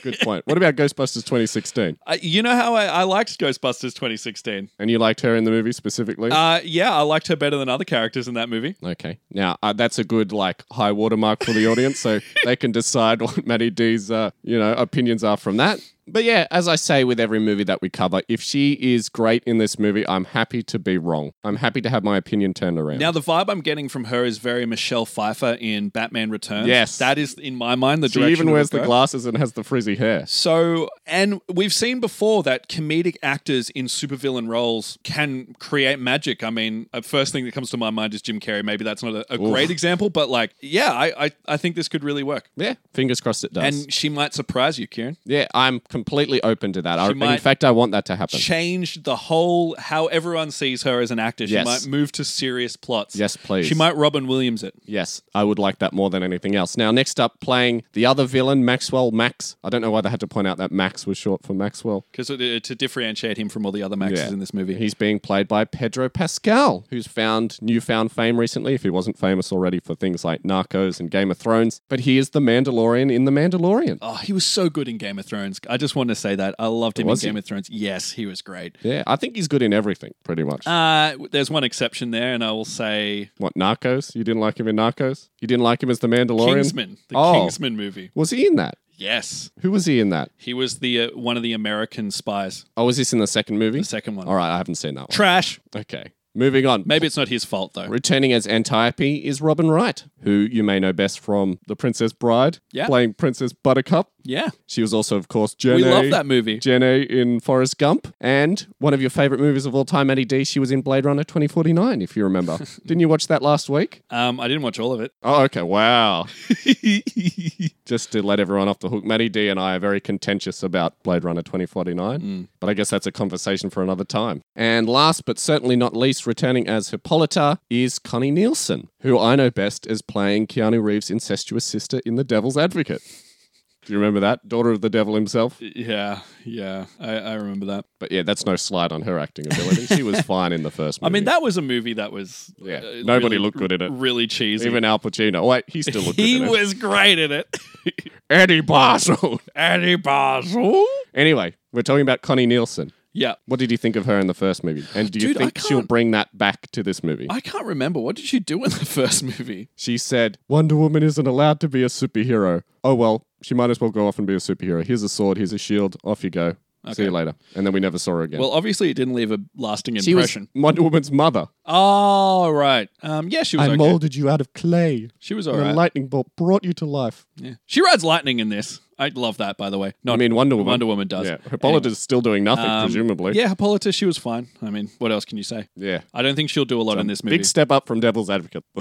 Speaker 1: good point. What about Ghostbusters 2016?
Speaker 2: I, you know how I, I liked Ghostbusters 2016.
Speaker 1: And you liked her in the movie specifically?
Speaker 2: Uh, yeah, I liked her better than other characters in that movie.
Speaker 1: okay. Now, uh, that's a good, like, high watermark for the audience, so they can decide what Maddie D's, uh, you know, opinions are from that. But yeah, as I say with every movie that we cover, if she is great in this movie, I'm happy to be wrong. I'm happy to have my opinion turned around.
Speaker 2: Now, the vibe I'm getting from her is very Michelle Pfeiffer in Batman Returns.
Speaker 1: Yes.
Speaker 2: that is in my mind the
Speaker 1: she
Speaker 2: direction.
Speaker 1: even
Speaker 2: it
Speaker 1: wears
Speaker 2: will
Speaker 1: the
Speaker 2: go.
Speaker 1: glasses and has the frizzy hair.
Speaker 2: So, and we've seen before that comedic actors in supervillain roles can create magic. I mean, the first thing that comes to my mind is Jim Carrey. Maybe that's not a, a great example, but like, yeah, I, I, I think this could really work.
Speaker 1: Yeah, fingers crossed it does.
Speaker 2: And she might surprise you, Kieran.
Speaker 1: yeah, I'm completely open to that. I, in
Speaker 2: might-
Speaker 1: fact, I want that to happen.
Speaker 2: Change the whole how everyone sees her as an actor. She
Speaker 1: Yes.
Speaker 2: might move to serious plots.
Speaker 1: Yes, please.
Speaker 2: She might Robin Williams it.
Speaker 1: Yes, I would like that more than anything else. Now, next up, playing the other villain, Maxwell Max. I don't know why they had to point out that Max was short for Maxwell.
Speaker 2: Because to differentiate him from all the other Maxes
Speaker 1: Yeah.
Speaker 2: in this movie.
Speaker 1: He's being played by Pedro Pascal, who's found newfound fame recently, if he wasn't famous already for things like Narcos and Game of Thrones. But he is the Mandalorian in The Mandalorian.
Speaker 2: Oh, he was so good in Game of Thrones. I just wanted to say that. I loved him
Speaker 1: Was
Speaker 2: in
Speaker 1: he?
Speaker 2: Game of Thrones. Yes, he was great.
Speaker 1: Yeah, I think he's good in everything, pretty much.
Speaker 2: Uh, there's one exception there, and I will say
Speaker 1: what, Narcos? You didn't like him in Narcos? You didn't like him as the Mandalorian?
Speaker 2: Kingsman, the
Speaker 1: Oh.
Speaker 2: Kingsman movie.
Speaker 1: Was he in that?
Speaker 2: Yes,
Speaker 1: Who was he in that?
Speaker 2: he was the uh, one of the American spies.
Speaker 1: Oh, was this in the second movie?
Speaker 2: The second one.
Speaker 1: All right, I haven't seen that one.
Speaker 2: Trash.
Speaker 1: Okay, moving on.
Speaker 2: Maybe it's not his fault though.
Speaker 1: Returning as Antiope is Robin Wright, who you may know best from The Princess Bride,
Speaker 2: Yeah.
Speaker 1: playing Princess Buttercup.
Speaker 2: Yeah,
Speaker 1: She was also, of course, Jenny.
Speaker 2: we love that movie.
Speaker 1: Jenny in Forrest Gump, and one of your favorite movies of all time, Maddie D. She was in Blade Runner 2049, if you remember. Didn't you watch that last week?
Speaker 2: Um, I didn't watch all of it.
Speaker 1: Oh, okay. Wow. Just to let everyone off the hook, Maddie D and I are very contentious about Blade Runner 2049,
Speaker 2: Mm.
Speaker 1: but I guess that's a conversation for another time. And last but certainly not least, returning as Hippolyta is Connie Nielsen, who I know best as playing Keanu Reeves' incestuous sister in The Devil's Advocate. Do you remember that? Daughter of the devil himself.
Speaker 2: yeah, yeah, I, I remember that.
Speaker 1: But yeah, that's no slide on her acting ability. She was fine in the first
Speaker 2: I
Speaker 1: movie.
Speaker 2: mean, that was a movie that was
Speaker 1: Yeah,
Speaker 2: uh,
Speaker 1: nobody
Speaker 2: really-
Speaker 1: looked good in it.
Speaker 2: Really cheesy.
Speaker 1: Even Al Pacino. Wait, he still looked
Speaker 2: he
Speaker 1: good in it.
Speaker 2: was great in it.
Speaker 1: Eddie Basel.
Speaker 2: Eddie Basel.
Speaker 1: anyway, we're talking about Connie Nielsen.
Speaker 2: Yeah,
Speaker 1: What did you think of her in the first movie? And do you
Speaker 2: Dude, I
Speaker 1: think she'll
Speaker 2: can't-
Speaker 1: bring that back to this movie?
Speaker 2: I can't remember. What did she do in the first movie?
Speaker 1: She said, Wonder Woman isn't allowed to be a superhero. Oh, well, she might as well go off and be a superhero. Here's a sword, here's a shield, off you go. See
Speaker 2: Okay.
Speaker 1: you later. And then we never saw her again.
Speaker 2: Well, obviously, it didn't leave a lasting
Speaker 1: she was
Speaker 2: impression.
Speaker 1: Wonder Woman's mother.
Speaker 2: Oh, right. Um, yeah, she was
Speaker 1: I
Speaker 2: okay.
Speaker 1: molded you out of clay.
Speaker 2: She was
Speaker 1: and
Speaker 2: alright.
Speaker 1: a lightning bolt brought you to life.
Speaker 2: Yeah. She rides lightning in this. I love that, by the way. Not
Speaker 1: I mean, Wonder Woman.
Speaker 2: Wonder Woman does.
Speaker 1: Yeah, Hippolyta's still doing nothing,
Speaker 2: Um,
Speaker 1: presumably.
Speaker 2: Yeah, Hippolyta, she was fine. I mean, what else can you say?
Speaker 1: yeah.
Speaker 2: I don't think she'll do a lot in this movie.
Speaker 1: Big step up from Devil's Advocate.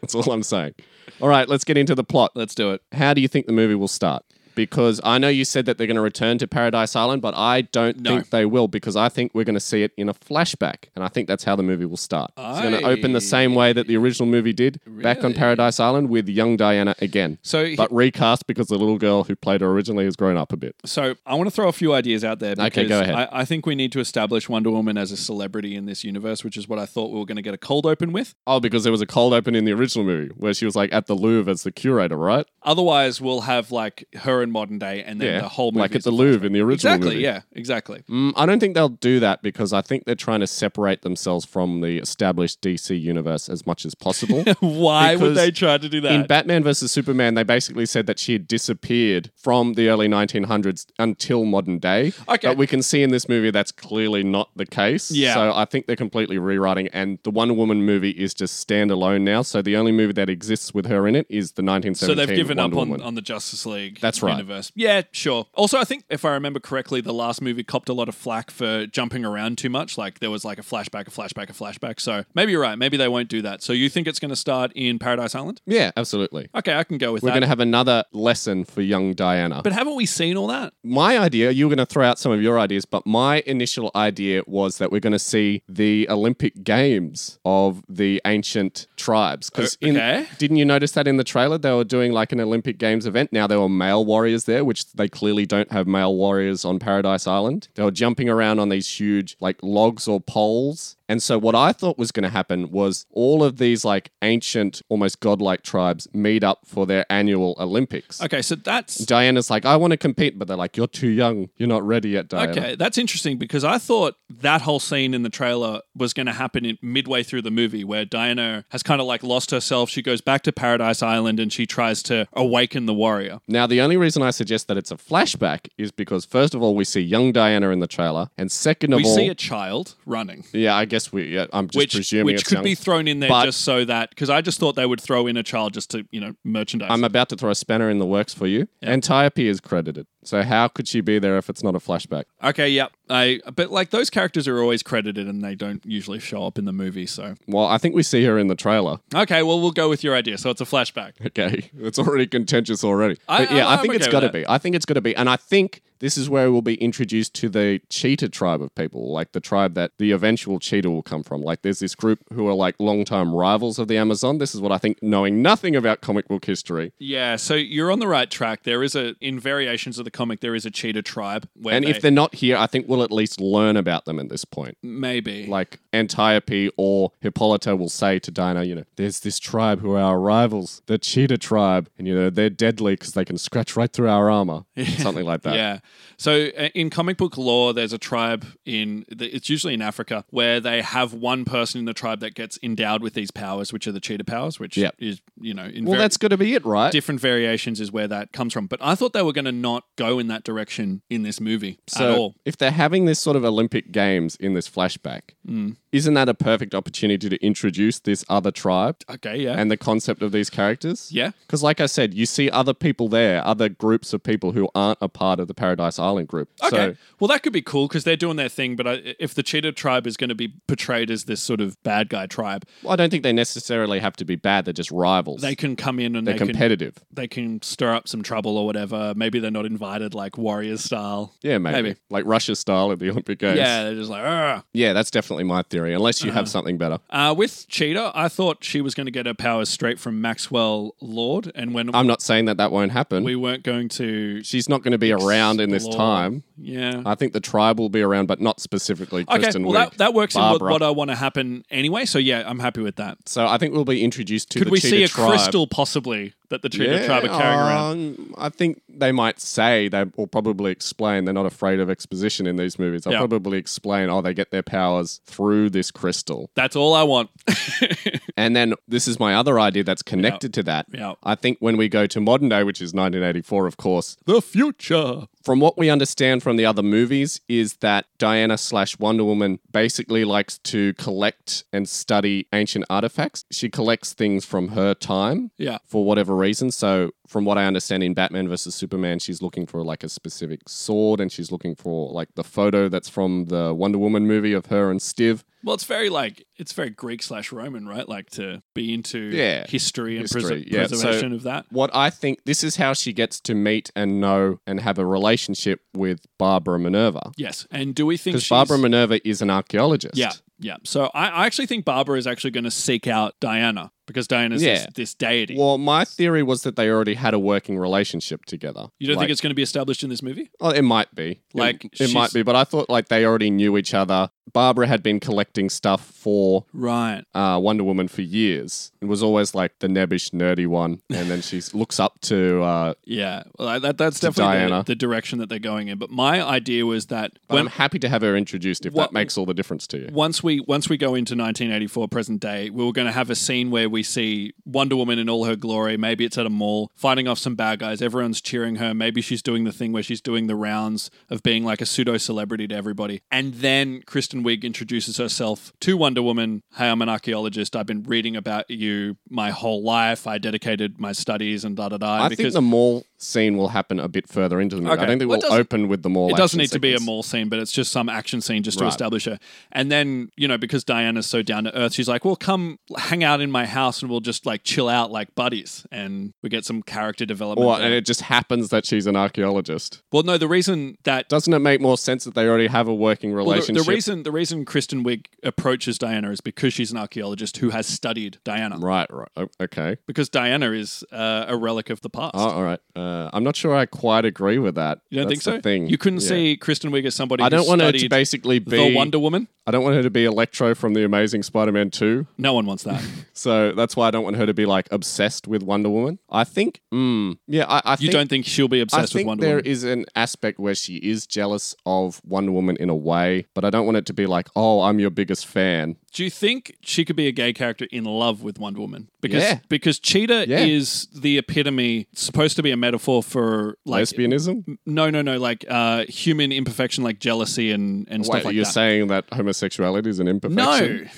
Speaker 1: That's all I'm saying. All right, let's get into the plot.
Speaker 2: Let's do it.
Speaker 1: How do you think the movie will start? Because I know you said that they're going to return to Paradise Island, but I don't
Speaker 2: No.
Speaker 1: think they will because I think we're going to see it in a flashback. And I think that's how the movie will start. It's going to open the same way that the original movie did, back on Paradise Island with young Diana again.
Speaker 2: So, he-
Speaker 1: But recast because the little girl who played her originally has grown up a bit.
Speaker 2: so I want to throw a few ideas out there. Because
Speaker 1: go ahead.
Speaker 2: I, I think we need to establish Wonder Woman as a celebrity in this universe, which is what I thought we were going to get a cold open with.
Speaker 1: Oh, because there was a cold open in the original movie where she was like at the Louvre as the curator, right?
Speaker 2: Otherwise, we'll have like her in modern day, and then
Speaker 1: yeah,
Speaker 2: the whole movie
Speaker 1: like at
Speaker 2: is
Speaker 1: the
Speaker 2: a
Speaker 1: Louvre in the
Speaker 2: flashback.
Speaker 1: original
Speaker 2: Exactly.
Speaker 1: movie.
Speaker 2: Yeah. Exactly.
Speaker 1: Mm, I don't think they'll do that because I think they're trying to separate themselves from the established DC universe as much as possible.
Speaker 2: Why would
Speaker 1: Because
Speaker 2: they try to do that?
Speaker 1: In Batman vs Superman, they basically said that she had disappeared from the early 1900s until modern day.
Speaker 2: Okay.
Speaker 1: But we can see in this movie that's clearly not the case.
Speaker 2: Yeah.
Speaker 1: So I think they're completely rewriting, and the Wonder Woman movie is just standalone now. So the only movie that exists with her in it is the 1917
Speaker 2: so they've given
Speaker 1: Wonder
Speaker 2: up on,
Speaker 1: Woman.
Speaker 2: on the Justice League
Speaker 1: That's right.
Speaker 2: universe. Yeah, sure. Also, I think if I remember correctly, the last movie copped a lot of flack for jumping around too much. Like there was like a flashback, a flashback, a flashback. So maybe you're right. Maybe they won't do that. So you think it's going to start in Paradise Island?
Speaker 1: yeah, absolutely.
Speaker 2: Okay, I can go with
Speaker 1: We're
Speaker 2: that.
Speaker 1: going to have another lesson for young Diana.
Speaker 2: but haven't we seen all that?
Speaker 1: my idea, you were going to throw out some of your ideas, but my initial idea was that we're going to see the Olympic Games of the ancient tribes. Because
Speaker 2: O- okay.
Speaker 1: didn't you notice that in the trailer they were doing like an Olympic Games event? Now there were male warriors there, which they clearly don't have male warriors on Paradise Island. They were jumping around on these huge like logs or poles. And so what I thought was going to happen was all of these like ancient, almost godlike tribes meet up for their annual Olympics.
Speaker 2: Okay, so that's
Speaker 1: Diana's like, I want to compete, but they're like, you're too young. You're not ready yet, Diana.
Speaker 2: Okay, that's interesting because I thought that whole scene in the trailer was going to happen in midway through the movie where Diana has kind of like lost herself. She goes back to Paradise Island and she tries to awaken the warrior.
Speaker 1: Now, the only reason I suggest that it's a flashback is because, first of all, we see young Diana in the trailer, and second of
Speaker 2: We
Speaker 1: all,
Speaker 2: see a child running,
Speaker 1: yeah, I guess we. Yeah, I'm just
Speaker 2: which
Speaker 1: presuming
Speaker 2: which
Speaker 1: it's
Speaker 2: could
Speaker 1: young.
Speaker 2: be thrown in there
Speaker 1: but-
Speaker 2: just so that because I just thought they would throw in a child just to you know merchandise.
Speaker 1: I'm about to throw a spanner in the works for you. Antiope is credited, so how could she be there if it's not a flashback?
Speaker 2: okay, yep. I but like those characters are always credited and they don't usually show up in the movie. So
Speaker 1: Well, I think we see her in the trailer.
Speaker 2: okay, well we'll go with your idea. So it's a flashback.
Speaker 1: Okay, it's already contentious already.
Speaker 2: I-
Speaker 1: But yeah,
Speaker 2: I-
Speaker 1: I,
Speaker 2: I'm
Speaker 1: think
Speaker 2: okay
Speaker 1: it's
Speaker 2: with
Speaker 1: got to
Speaker 2: that.
Speaker 1: be. I think it's got to be, and I think this is where we'll be introduced to the cheetah tribe of people, like the tribe that the eventual cheetah will come from. Like, there's this group who are like longtime rivals of the Amazon. This is what I think, knowing nothing about comic book history.
Speaker 2: Yeah, so you're on the right track. There is a in variations of the comic there is a cheetah tribe where
Speaker 1: And
Speaker 2: they, Mm.
Speaker 1: if they're not here, I think we'll at least learn about them at this point.
Speaker 2: maybe
Speaker 1: Like Antiope or Hippolyta will say to Dinah, you know, there's this tribe who are our rivals, the cheetah tribe, and you know they're deadly because they can scratch right through our armor, something like that.
Speaker 2: yeah. So uh, in comic book lore there's a tribe in the- it's usually in Africa where they have one person in the tribe that gets endowed with these powers which are the cheetah powers which
Speaker 1: Yep.
Speaker 2: is you know in
Speaker 1: Well,
Speaker 2: very-
Speaker 1: that's going to be it, right?
Speaker 2: different variations is where that comes from. But I thought they were going to not go in that direction in this movie
Speaker 1: So
Speaker 2: at all.
Speaker 1: if they're having this sort of Olympic games in this flashback,
Speaker 2: Mm.
Speaker 1: isn't that a perfect opportunity to introduce this other tribe
Speaker 2: Okay, yeah.
Speaker 1: and the concept of these characters?
Speaker 2: yeah.
Speaker 1: Because, like I said, you see other people there, other groups of people who aren't a part of the Paradise Island group.
Speaker 2: Okay.
Speaker 1: So,
Speaker 2: well, that could be cool because they're doing their thing. But I, if the cheetah tribe is going to be portrayed as this sort of bad guy tribe,
Speaker 1: well, I don't think they necessarily have to be bad. They're just rivals.
Speaker 2: they can come in and
Speaker 1: they're
Speaker 2: they can
Speaker 1: competitive.
Speaker 2: they can stir up some trouble or whatever. Maybe they're not invited like warriors style.
Speaker 1: yeah, maybe.
Speaker 2: Maybe.
Speaker 1: Like Russia style at the Olympic Games.
Speaker 2: Yeah, they're just like, Argh.
Speaker 1: Yeah, that's definitely my theory, unless you have something better.
Speaker 2: Uh, with Cheetah, I thought she was going to get her powers straight from Maxwell Lord, and when
Speaker 1: I'm not saying that that won't happen.
Speaker 2: we weren't going to,
Speaker 1: She's not going to be around in this
Speaker 2: explore-
Speaker 1: time.
Speaker 2: yeah,
Speaker 1: I think the tribe will be around, but not specifically
Speaker 2: Okay,
Speaker 1: Kristen
Speaker 2: well that,
Speaker 1: Wiig.
Speaker 2: that works in
Speaker 1: Barbara.
Speaker 2: what, what I want to happen anyway. So yeah, I'm happy with that.
Speaker 1: so I think we'll be introduced to
Speaker 2: Could
Speaker 1: the
Speaker 2: we
Speaker 1: cheetah
Speaker 2: see a
Speaker 1: tribe.
Speaker 2: crystal possibly that the cheetah
Speaker 1: Yeah,
Speaker 2: tribe are carrying around?
Speaker 1: um, I think they might say they will probably explain they're not afraid of exposition in these movies. They'll
Speaker 2: Yeah.
Speaker 1: probably explain, oh, they get their powers through this crystal.
Speaker 2: That's all I want.
Speaker 1: And then this is my other idea that's connected to that.
Speaker 2: Yeah.
Speaker 1: I think when we go to modern day, which is 1984, of course,
Speaker 2: the future.
Speaker 1: from what we understand from the other movies is that diana slash wonder woman basically likes to collect and study ancient artifacts she collects things from her time
Speaker 2: Yeah.
Speaker 1: for whatever reason so from what i understand in batman versus superman she's looking for like a specific sword and she's looking for like the photo that's from the wonder woman movie of her and stiv
Speaker 2: Well, it's very like it's very Greek slash Roman, right? Like to be into
Speaker 1: Yeah.
Speaker 2: history and
Speaker 1: History,
Speaker 2: prese-
Speaker 1: yeah. So-
Speaker 2: preservation of that.
Speaker 1: what i think this is how she gets to meet and know and have a relationship with barbara minerva
Speaker 2: Yes. And do we think
Speaker 1: because
Speaker 2: she's-
Speaker 1: barbara minerva is an archaeologist
Speaker 2: Yeah. Yeah. So I, I actually think Barbara is actually going to seek out Diana because Diana's
Speaker 1: Yeah.
Speaker 2: this, this deity.
Speaker 1: Well, my theory was that they already had a working relationship together.
Speaker 2: you don't
Speaker 1: Like-
Speaker 2: think it's going to be established in this movie?
Speaker 1: Oh, it might be. It-
Speaker 2: Like,
Speaker 1: it, might
Speaker 2: she's-
Speaker 1: be, but I thought like they already knew each other. Barbara had been collecting stuff for
Speaker 2: Right.
Speaker 1: uh, Wonder Woman for years and was always like the nebbish, nerdy one. And then she looks up to uh,
Speaker 2: Yeah. Well, I- that, that's
Speaker 1: To
Speaker 2: definitely the,
Speaker 1: Diana.
Speaker 2: the direction that they're going in. But my idea was that
Speaker 1: But
Speaker 2: when
Speaker 1: I'm happy to have her introduced if
Speaker 2: What-
Speaker 1: that makes all the difference to you.
Speaker 2: once we once we go into 1984 present day, we were going to have a scene where we see Wonder Woman in all her glory. Maybe it's at a mall, fighting off some bad guys. Everyone's cheering her. Maybe she's doing the thing where she's doing the rounds of being like a pseudo celebrity to everybody. And then Kristen Wiig introduces herself to Wonder Woman. Hey, I'm an archaeologist. I've been reading about you my whole life. I dedicated my studies and da da da.
Speaker 1: I
Speaker 2: And
Speaker 1: think the mall scene will happen a bit further into the movie.
Speaker 2: Okay.
Speaker 1: I don't think
Speaker 2: Well,
Speaker 1: we'll
Speaker 2: it doesn't-
Speaker 1: open with the mall.
Speaker 2: It
Speaker 1: action
Speaker 2: doesn't need to be a
Speaker 1: sequence.
Speaker 2: mall scene, but it's just some action scene just to
Speaker 1: Right.
Speaker 2: establish her. And then, you know, because Diana's so down to earth, she's like, well, come hang out in my house and we'll just like chill out like buddies. And we get some character development.
Speaker 1: Or,
Speaker 2: there.
Speaker 1: and it just happens that she's an archaeologist.
Speaker 2: well, no, the reason that.
Speaker 1: Doesn't it make more sense that they already have a working
Speaker 2: well, the,
Speaker 1: relationship?
Speaker 2: the reason the reason Kristen Wiig approaches Diana is because she's an archaeologist who has studied Diana.
Speaker 1: Right, right. O- Okay.
Speaker 2: Because Diana is uh, a relic of the past.
Speaker 1: Oh, all right. Uh, I'm not sure I quite agree with that.
Speaker 2: you don't
Speaker 1: That's
Speaker 2: think so?
Speaker 1: the Thing.
Speaker 2: You couldn't
Speaker 1: Yeah.
Speaker 2: see Kristen Wiig as somebody.
Speaker 1: I don't
Speaker 2: who
Speaker 1: want her to
Speaker 2: studied
Speaker 1: basically
Speaker 2: the
Speaker 1: be.
Speaker 2: Wonder Woman.
Speaker 1: I don't want her to be Electro from the Amazing Spider-Man Two.
Speaker 2: No one wants that.
Speaker 1: So that's why I don't want her to be like obsessed with Wonder Woman. I think. Mm, yeah, I, I
Speaker 2: You
Speaker 1: think,
Speaker 2: don't think she'll be
Speaker 1: I
Speaker 2: obsessed with
Speaker 1: think
Speaker 2: Wonder
Speaker 1: there
Speaker 2: Woman?
Speaker 1: is an aspect where she is jealous of Wonder Woman in a way, but I don't want it to be like, "Oh, I'm your biggest fan."
Speaker 2: Do you think she could be a gay character in love with Wonder Woman? Because
Speaker 1: Yeah.
Speaker 2: because Cheetah
Speaker 1: Yeah.
Speaker 2: is the epitome supposed to be a metaphor for like
Speaker 1: Lesbianism.
Speaker 2: no no no like uh human imperfection like jealousy and and
Speaker 1: Wait,
Speaker 2: stuff like
Speaker 1: you're
Speaker 2: that.
Speaker 1: saying that homosexuality is an imperfection?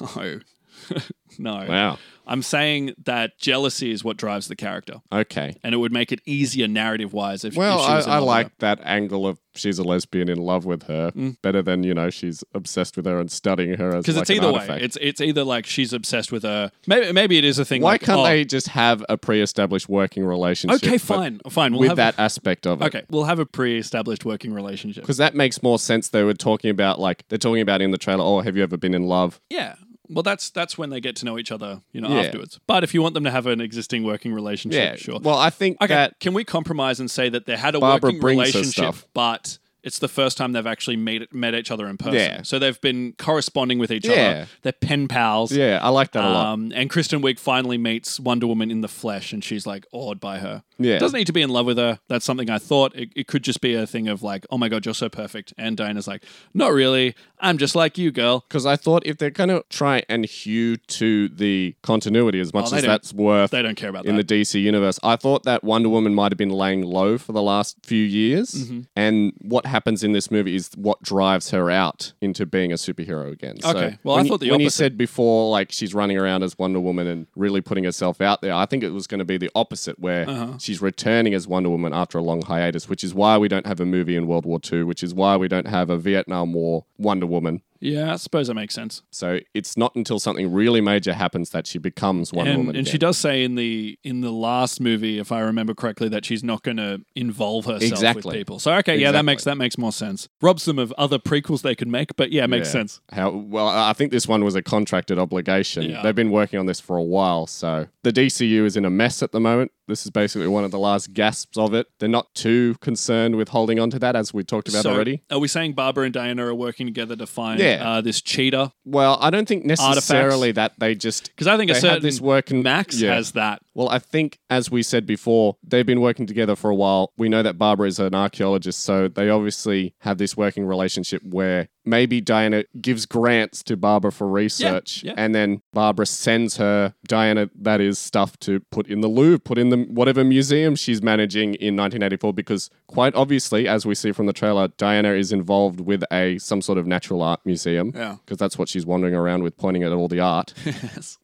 Speaker 2: no. No. no.
Speaker 1: Wow.
Speaker 2: I'm saying that jealousy is what drives the character
Speaker 1: Okay.
Speaker 2: and it would make it easier narrative wise if
Speaker 1: Well,
Speaker 2: if she
Speaker 1: I,
Speaker 2: was in
Speaker 1: I
Speaker 2: love with her.
Speaker 1: like that angle of she's a lesbian in love with her better than you know she's obsessed with her and studying her as
Speaker 2: because
Speaker 1: like
Speaker 2: Mm. it's
Speaker 1: an
Speaker 2: either way.
Speaker 1: artifact.
Speaker 2: It's it's either like she's obsessed with her. Maybe maybe it is a thing.
Speaker 1: Why
Speaker 2: like,
Speaker 1: can't
Speaker 2: oh,
Speaker 1: they just have a pre-established working relationship?
Speaker 2: Okay,
Speaker 1: but
Speaker 2: fine, fine. We'll
Speaker 1: With
Speaker 2: have
Speaker 1: that aspect of it,
Speaker 2: Okay, we'll have a pre-established working relationship.
Speaker 1: because that makes more sense. They were talking about like they're talking about in the trailer. Oh, have you ever been in love?
Speaker 2: Yeah. Well, that's that's when they get to know each other, you know,
Speaker 1: Yeah.
Speaker 2: afterwards. But if you want them to have an existing working relationship,
Speaker 1: Yeah,
Speaker 2: sure.
Speaker 1: Well, I think
Speaker 2: okay,
Speaker 1: that
Speaker 2: can we compromise and say that they had a
Speaker 1: Barbara
Speaker 2: working
Speaker 1: brings her
Speaker 2: relationship,
Speaker 1: stuff.
Speaker 2: but it's the first time they've actually met met each other in person.
Speaker 1: Yeah.
Speaker 2: So they've been corresponding with each
Speaker 1: Yeah.
Speaker 2: other. They're pen pals.
Speaker 1: yeah, I like that a lot.
Speaker 2: Um, and Kristen Wiig finally meets Wonder Woman in the flesh, and she's like awed by her.
Speaker 1: Yeah.
Speaker 2: doesn't need to be in love with her. That's something I thought. It, it could just be a thing of like, oh my god, you're so perfect. And Diana's like, not really. I'm just like you, girl.
Speaker 1: Because I thought if they're going to try and hew to the continuity as much
Speaker 2: Oh, they
Speaker 1: as
Speaker 2: don't-
Speaker 1: that's worth
Speaker 2: They don't care about
Speaker 1: in
Speaker 2: that.
Speaker 1: the DC universe. I thought that Wonder Woman might have been laying low for the last few years,
Speaker 2: Mm-hmm.
Speaker 1: and what happens in this movie is what drives her out into being a superhero again.
Speaker 2: Okay. Well, I
Speaker 1: when you-
Speaker 2: thought the
Speaker 1: when you
Speaker 2: opposite.
Speaker 1: said before, like she's running around as Wonder Woman and really putting herself out there, I think it was going to be the opposite, where
Speaker 2: Uh-huh.
Speaker 1: she's returning as Wonder Woman after a long hiatus, which is why we don't have a movie in World War II, which is why we don't have a Vietnam War Wonder Woman.
Speaker 2: yeah, I suppose that makes sense.
Speaker 1: So it's not until something really major happens that she becomes Wonder
Speaker 2: and
Speaker 1: Woman.
Speaker 2: and
Speaker 1: again.
Speaker 2: she does say in the in the last movie, if I remember correctly, that she's not going to involve herself with
Speaker 1: Exactly.
Speaker 2: people. So okay, yeah, that
Speaker 1: Exactly.
Speaker 2: makes that makes more sense. Robs them of other prequels they could make, but yeah, it makes
Speaker 1: Yeah.
Speaker 2: sense.
Speaker 1: How well, I think this one was a contracted obligation.
Speaker 2: Yeah.
Speaker 1: They've been working on this for a while, so the DCU is in a mess at the moment. This is basically one of the last gasps of it. They're not too concerned with holding on to that, as we talked about
Speaker 2: So,
Speaker 1: already.
Speaker 2: Are we saying Barbara and Diana are working together to find
Speaker 1: Yeah.
Speaker 2: uh, this cheater?
Speaker 1: Well, I don't think
Speaker 2: Artifacts?
Speaker 1: necessarily that they just
Speaker 2: Because I think
Speaker 1: they
Speaker 2: a certain
Speaker 1: have this working
Speaker 2: Max
Speaker 1: Yeah.
Speaker 2: has that.
Speaker 1: Well, I think, as we said before, they've been working together for a while. We know that Barbara is an archaeologist, so they obviously have this working relationship where maybe Diana gives grants to Barbara for research,
Speaker 2: yeah.
Speaker 1: and then Barbara sends her, Diana, that is, stuff to put in the Louvre, put in the whatever museum she's managing in 1984, because quite obviously, as we see from the trailer, Diana is involved with a some sort of natural art museum,
Speaker 2: Yeah.
Speaker 1: because that's what she's wandering around with, pointing at all the art.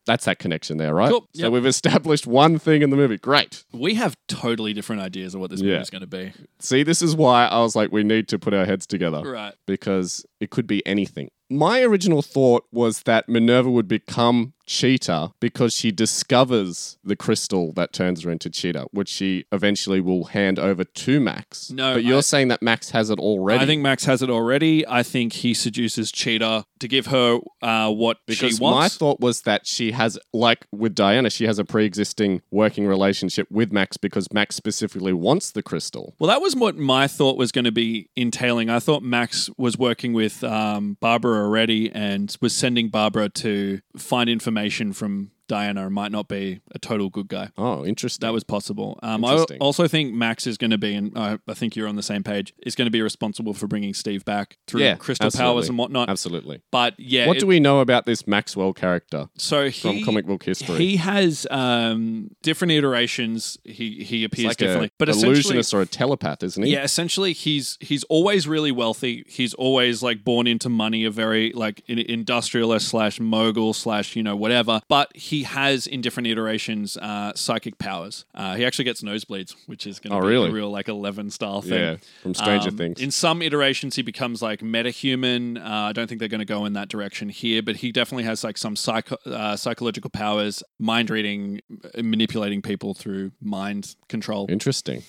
Speaker 1: That's that connection there, right?
Speaker 2: Cool.
Speaker 1: So
Speaker 2: Yep.
Speaker 1: we've established one thing in the movie. Great.
Speaker 2: We have totally different ideas of what this
Speaker 1: Yeah.
Speaker 2: movie's going to be.
Speaker 1: See, this is why I was like, we need to put our heads together
Speaker 2: Right.
Speaker 1: because it could be anything. My original thought was that Minerva would become Cheetah because she discovers the crystal that turns her into Cheetah, which she eventually will hand over to Max.
Speaker 2: No,
Speaker 1: but you're
Speaker 2: I-
Speaker 1: saying that Max has it already.
Speaker 2: I think Max has it already. I think he seduces Cheetah to give her uh, what
Speaker 1: because
Speaker 2: she
Speaker 1: my
Speaker 2: wants.
Speaker 1: thought was that she has, like with Diana, she has a pre-existing working relationship with Max because Max specifically wants the crystal.
Speaker 2: well, that was what my thought was going to be entailing. I thought Max was working with um, Barbara already and was sending Barbara to find information from Diana and might not be a total good guy.
Speaker 1: Oh, interesting.
Speaker 2: That was possible. Um, I
Speaker 1: Interesting.
Speaker 2: also think Max is going to be, and I, I think you're on the same page, is going to be responsible for bringing Steve back through
Speaker 1: Yeah,
Speaker 2: crystal powers
Speaker 1: absolutely.
Speaker 2: and whatnot.
Speaker 1: Absolutely.
Speaker 2: But yeah,
Speaker 1: what
Speaker 2: it-
Speaker 1: do we know about this Maxwell character
Speaker 2: so he,
Speaker 1: from comic book history?
Speaker 2: He has um, different iterations. He he
Speaker 1: He's
Speaker 2: appears
Speaker 1: like
Speaker 2: differently,
Speaker 1: a
Speaker 2: but essentially,
Speaker 1: illusionist or a telepath, isn't he?
Speaker 2: yeah, essentially he's he's always really wealthy. He's always like born into money, a very like in- industrialist slash mogul slash you know whatever. But he has in different iterations uh, psychic powers. Uh, he actually gets nosebleeds, which is going to
Speaker 1: Oh,
Speaker 2: be
Speaker 1: really?
Speaker 2: a real like eleven style thing.
Speaker 1: Yeah, from Stranger
Speaker 2: Um,
Speaker 1: Things.
Speaker 2: In some iterations, he becomes like metahuman. Uh, I don't think they're going to go in that direction here, but he definitely has like some psycho- uh, psychological powers, mind reading, uh, manipulating people through mind control.
Speaker 1: Interesting.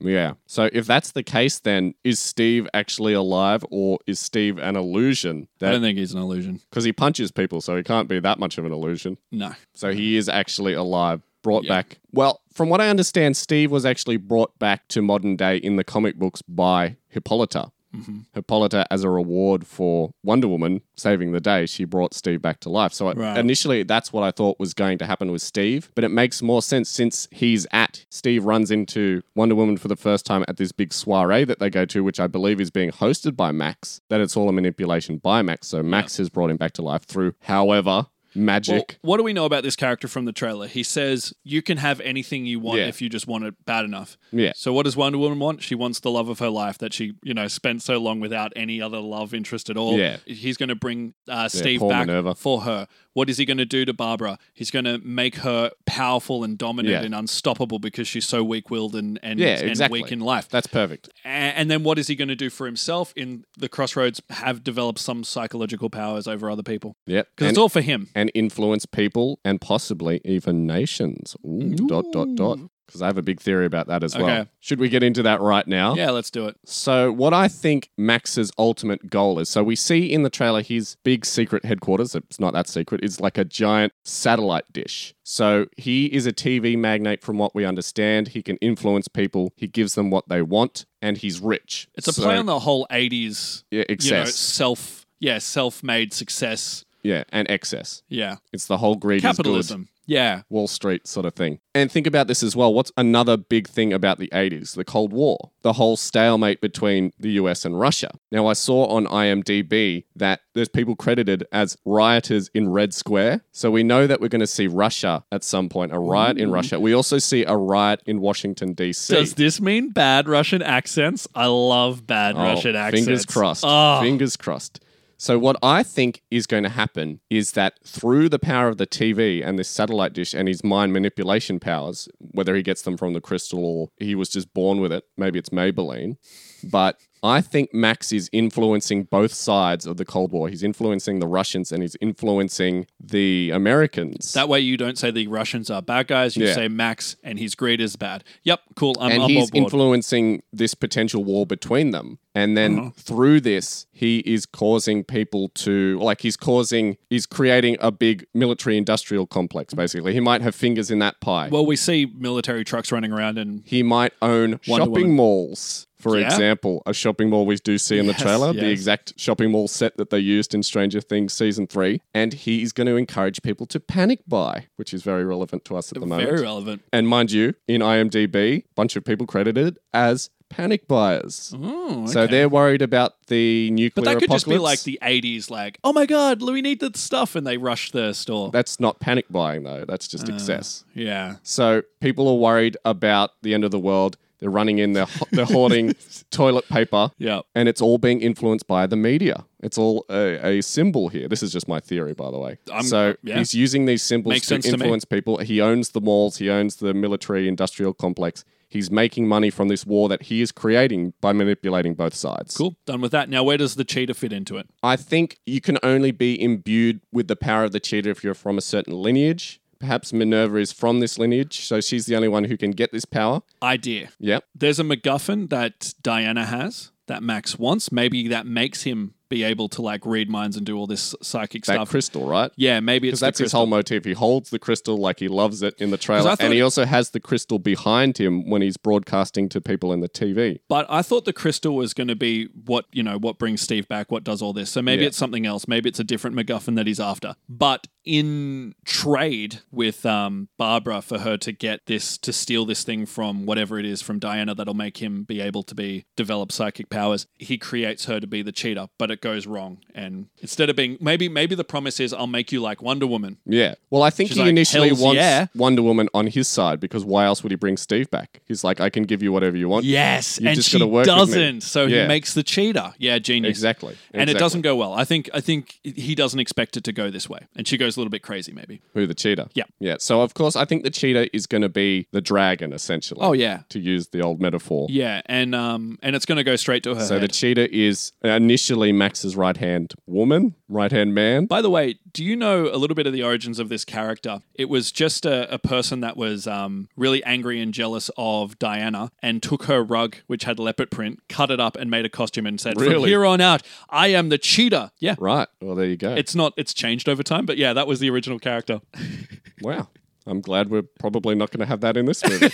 Speaker 1: Yeah. So if that's the case, then is Steve actually alive or is Steve an illusion?
Speaker 2: I don't think he's an illusion.
Speaker 1: Because he punches people, so he can't be that much of an illusion.
Speaker 2: No.
Speaker 1: So he is actually alive, brought
Speaker 2: Yeah.
Speaker 1: back. Well, from what I understand, Steve was actually brought back to modern day in the comic books by Hippolyta.
Speaker 2: Mm-hmm.
Speaker 1: Hippolyta, as a reward for Wonder Woman saving the day, she brought Steve back to life. So it-
Speaker 2: Right.
Speaker 1: initially, that's what I thought was going to happen with Steve, but it makes more sense since he's at. Steve runs into Wonder Woman for the first time at this big soiree that they go to, which I believe is being hosted by Max, that it's all a manipulation by Max. So Max has brought him back to life through, however,
Speaker 2: Well,
Speaker 1: magic.
Speaker 2: what do we know about this character from the trailer? He says, You can have anything you want
Speaker 1: Yeah.
Speaker 2: if you just want it bad enough.
Speaker 1: yeah.
Speaker 2: So, what does Wonder Woman want? She wants the love of her life that she, you know, spent so long without any other love interest at all.
Speaker 1: Yeah.
Speaker 2: He's going to bring uh, Steve
Speaker 1: poor
Speaker 2: back
Speaker 1: Minerva.
Speaker 2: for her. What is he going to do to Barbara? He's going to make her powerful and dominant
Speaker 1: Yeah.
Speaker 2: and unstoppable because she's so weak willed and, and,
Speaker 1: Yeah,
Speaker 2: and
Speaker 1: exactly.
Speaker 2: weak in life.
Speaker 1: That's perfect.
Speaker 2: A- and then what is he going to do for himself in the crossroads? Have developed some psychological powers over other people.
Speaker 1: Yep.
Speaker 2: Because
Speaker 1: And,
Speaker 2: it's all for him.
Speaker 1: and influence people and possibly even nations. Ooh, dot, dot, dot. Because I have a big theory about that as well.
Speaker 2: Okay.
Speaker 1: Should we get into that right now?
Speaker 2: Yeah, let's do it.
Speaker 1: So, what I think Max's ultimate goal is so we see in the trailer his big secret headquarters, it's not that secret, it's like a giant satellite dish. So, he is a TV magnate from what we understand. He can influence people, he gives them what they want, and he's rich.
Speaker 2: It's a
Speaker 1: So-
Speaker 2: play on the whole 80s
Speaker 1: yeah,
Speaker 2: you know,
Speaker 1: excess.
Speaker 2: self yeah self made success
Speaker 1: yeah, and excess.
Speaker 2: yeah
Speaker 1: It's the whole greed is good.
Speaker 2: capitalism yeah
Speaker 1: Wall Street sort of thing. And think about this as well. What's another big thing about the 80s? The Cold War, the whole stalemate between the US and Russia. Now, I saw on IMDb that there's people credited as rioters in Red Square. So we know that we're going to see Russia at some point, a riot in Russia. We also see a riot in Washington, D.C.
Speaker 2: does this mean bad russian accents i love bad
Speaker 1: Oh,
Speaker 2: russian accents
Speaker 1: Fingers crossed.
Speaker 2: oh,
Speaker 1: Fingers crossed. So what I think is going to happen is that through the power of the TV and this satellite dish and his mind manipulation powers, whether he gets them from the crystal or he was just born with it, maybe it's Maybelline, but I think Max is influencing both sides of the Cold War. He's influencing the Russians and he's influencing the Americans.
Speaker 2: that way you don't say the russians are bad guys you
Speaker 1: Yeah.
Speaker 2: say max and his greed is bad yep cool i'm,
Speaker 1: and
Speaker 2: I'm
Speaker 1: he's
Speaker 2: on board
Speaker 1: influencing this potential war between them. And then
Speaker 2: Uh-huh.
Speaker 1: through this, he is causing people to like he's causing he's creating a big military industrial complex. Basically, he might have fingers in that pie.
Speaker 2: well we see military trucks running around and
Speaker 1: he might own shopping
Speaker 2: Woman.
Speaker 1: malls. For
Speaker 2: Yeah.
Speaker 1: example, a shopping mall we do see in the
Speaker 2: Yes,
Speaker 1: trailer, the
Speaker 2: yes.
Speaker 1: exact shopping mall set that they used in Stranger Things season three, and he is going to encourage people to panic buy, which is very relevant to us at the moment.
Speaker 2: very relevant
Speaker 1: And mind you, in IMDb, bunch of people credited as panic buyers.
Speaker 2: oh,
Speaker 1: So
Speaker 2: okay.
Speaker 1: they're worried about the nuclear
Speaker 2: but that could
Speaker 1: apocalypse.
Speaker 2: just be like the 80s like oh my god we need that stuff and they rush the Ah. store
Speaker 1: That's not panic buying though. That's just excess.
Speaker 2: yeah
Speaker 1: So people are worried about the end of the world. They're running in. They're ho- they're hoarding toilet paper.
Speaker 2: yeah
Speaker 1: And it's all being influenced by the media. It's all a, a symbol here. This is just my theory, by the way.
Speaker 2: I'm- uh,
Speaker 1: so
Speaker 2: yeah.
Speaker 1: he's using these symbols
Speaker 2: Makes
Speaker 1: to
Speaker 2: sense to me.
Speaker 1: influence people. He owns the malls. He owns the military industrial complex. He's making money from this war that he is creating by manipulating both sides.
Speaker 2: Cool. Done with that. Now, where does the cheetah fit into it?
Speaker 1: I think you can only be imbued with the power of the cheetah if you're from a certain lineage. Perhaps Minerva is from this lineage, so she's the only one who can get this power.
Speaker 2: Idea.
Speaker 1: Yep.
Speaker 2: There's a MacGuffin that Diana has that Max wants. Maybe that makes him be able to like read minds and do all this psychic
Speaker 1: That
Speaker 2: stuff.
Speaker 1: crystal, right?
Speaker 2: yeah, maybe
Speaker 1: Because
Speaker 2: it's
Speaker 1: that's
Speaker 2: the
Speaker 1: his whole motif. He holds the crystal like he loves it in the trailer.
Speaker 2: thought-
Speaker 1: And he also has the crystal behind him when he's broadcasting to people in the TV.
Speaker 2: But I thought the crystal was going to be what, you know, what brings Steve back, what does all this. So maybe
Speaker 1: Yeah.
Speaker 2: it's something else. Maybe it's a different MacGuffin that he's after. But in trade with um, Barbara for her to get this, to steal this thing from whatever it is from Diana that'll make him be able to be develop psychic powers, he creates her to be the cheater, but it goes wrong. And instead of being, maybe, maybe the promise is I'll make you like Wonder Woman.
Speaker 1: Yeah. Well, I think
Speaker 2: She's
Speaker 1: he
Speaker 2: like,
Speaker 1: initially
Speaker 2: "Hells
Speaker 1: wants
Speaker 2: yeah."
Speaker 1: Wonder Woman on his side because why else would he bring Steve back? He's like, I can give you whatever you want.
Speaker 2: Yes.
Speaker 1: You
Speaker 2: and
Speaker 1: just
Speaker 2: she
Speaker 1: gotta work with me.
Speaker 2: doesn't. So he
Speaker 1: Yeah.
Speaker 2: makes the cheater. Yeah, genius.
Speaker 1: Exactly.
Speaker 2: and it
Speaker 1: Exactly.
Speaker 2: doesn't go well. I think I think he doesn't expect it to go this way, and she goes a little bit crazy, maybe.
Speaker 1: Who the cheetah?
Speaker 2: Yeah.
Speaker 1: Yeah. So of course, I think the cheetah is going to be the dragon essentially.
Speaker 2: Oh yeah,
Speaker 1: To use the old metaphor.
Speaker 2: yeah, and um, and it's going to go straight to her.
Speaker 1: So the
Speaker 2: head.
Speaker 1: cheetah is initially Max's right hand woman, right hand man.
Speaker 2: By the way, do you know a little bit of the origins of this character? It was just a, a person that was um, really angry and jealous of Diana and took her rug, which had leopard print, cut it up, and made a costume and said, "From
Speaker 1: Really?
Speaker 2: here on out, I am the cheetah." Yeah,
Speaker 1: right. Well, there you go.
Speaker 2: it's not. It's changed over time, but yeah, that was the original character.
Speaker 1: wow. I'm glad we're probably not going to have that in this movie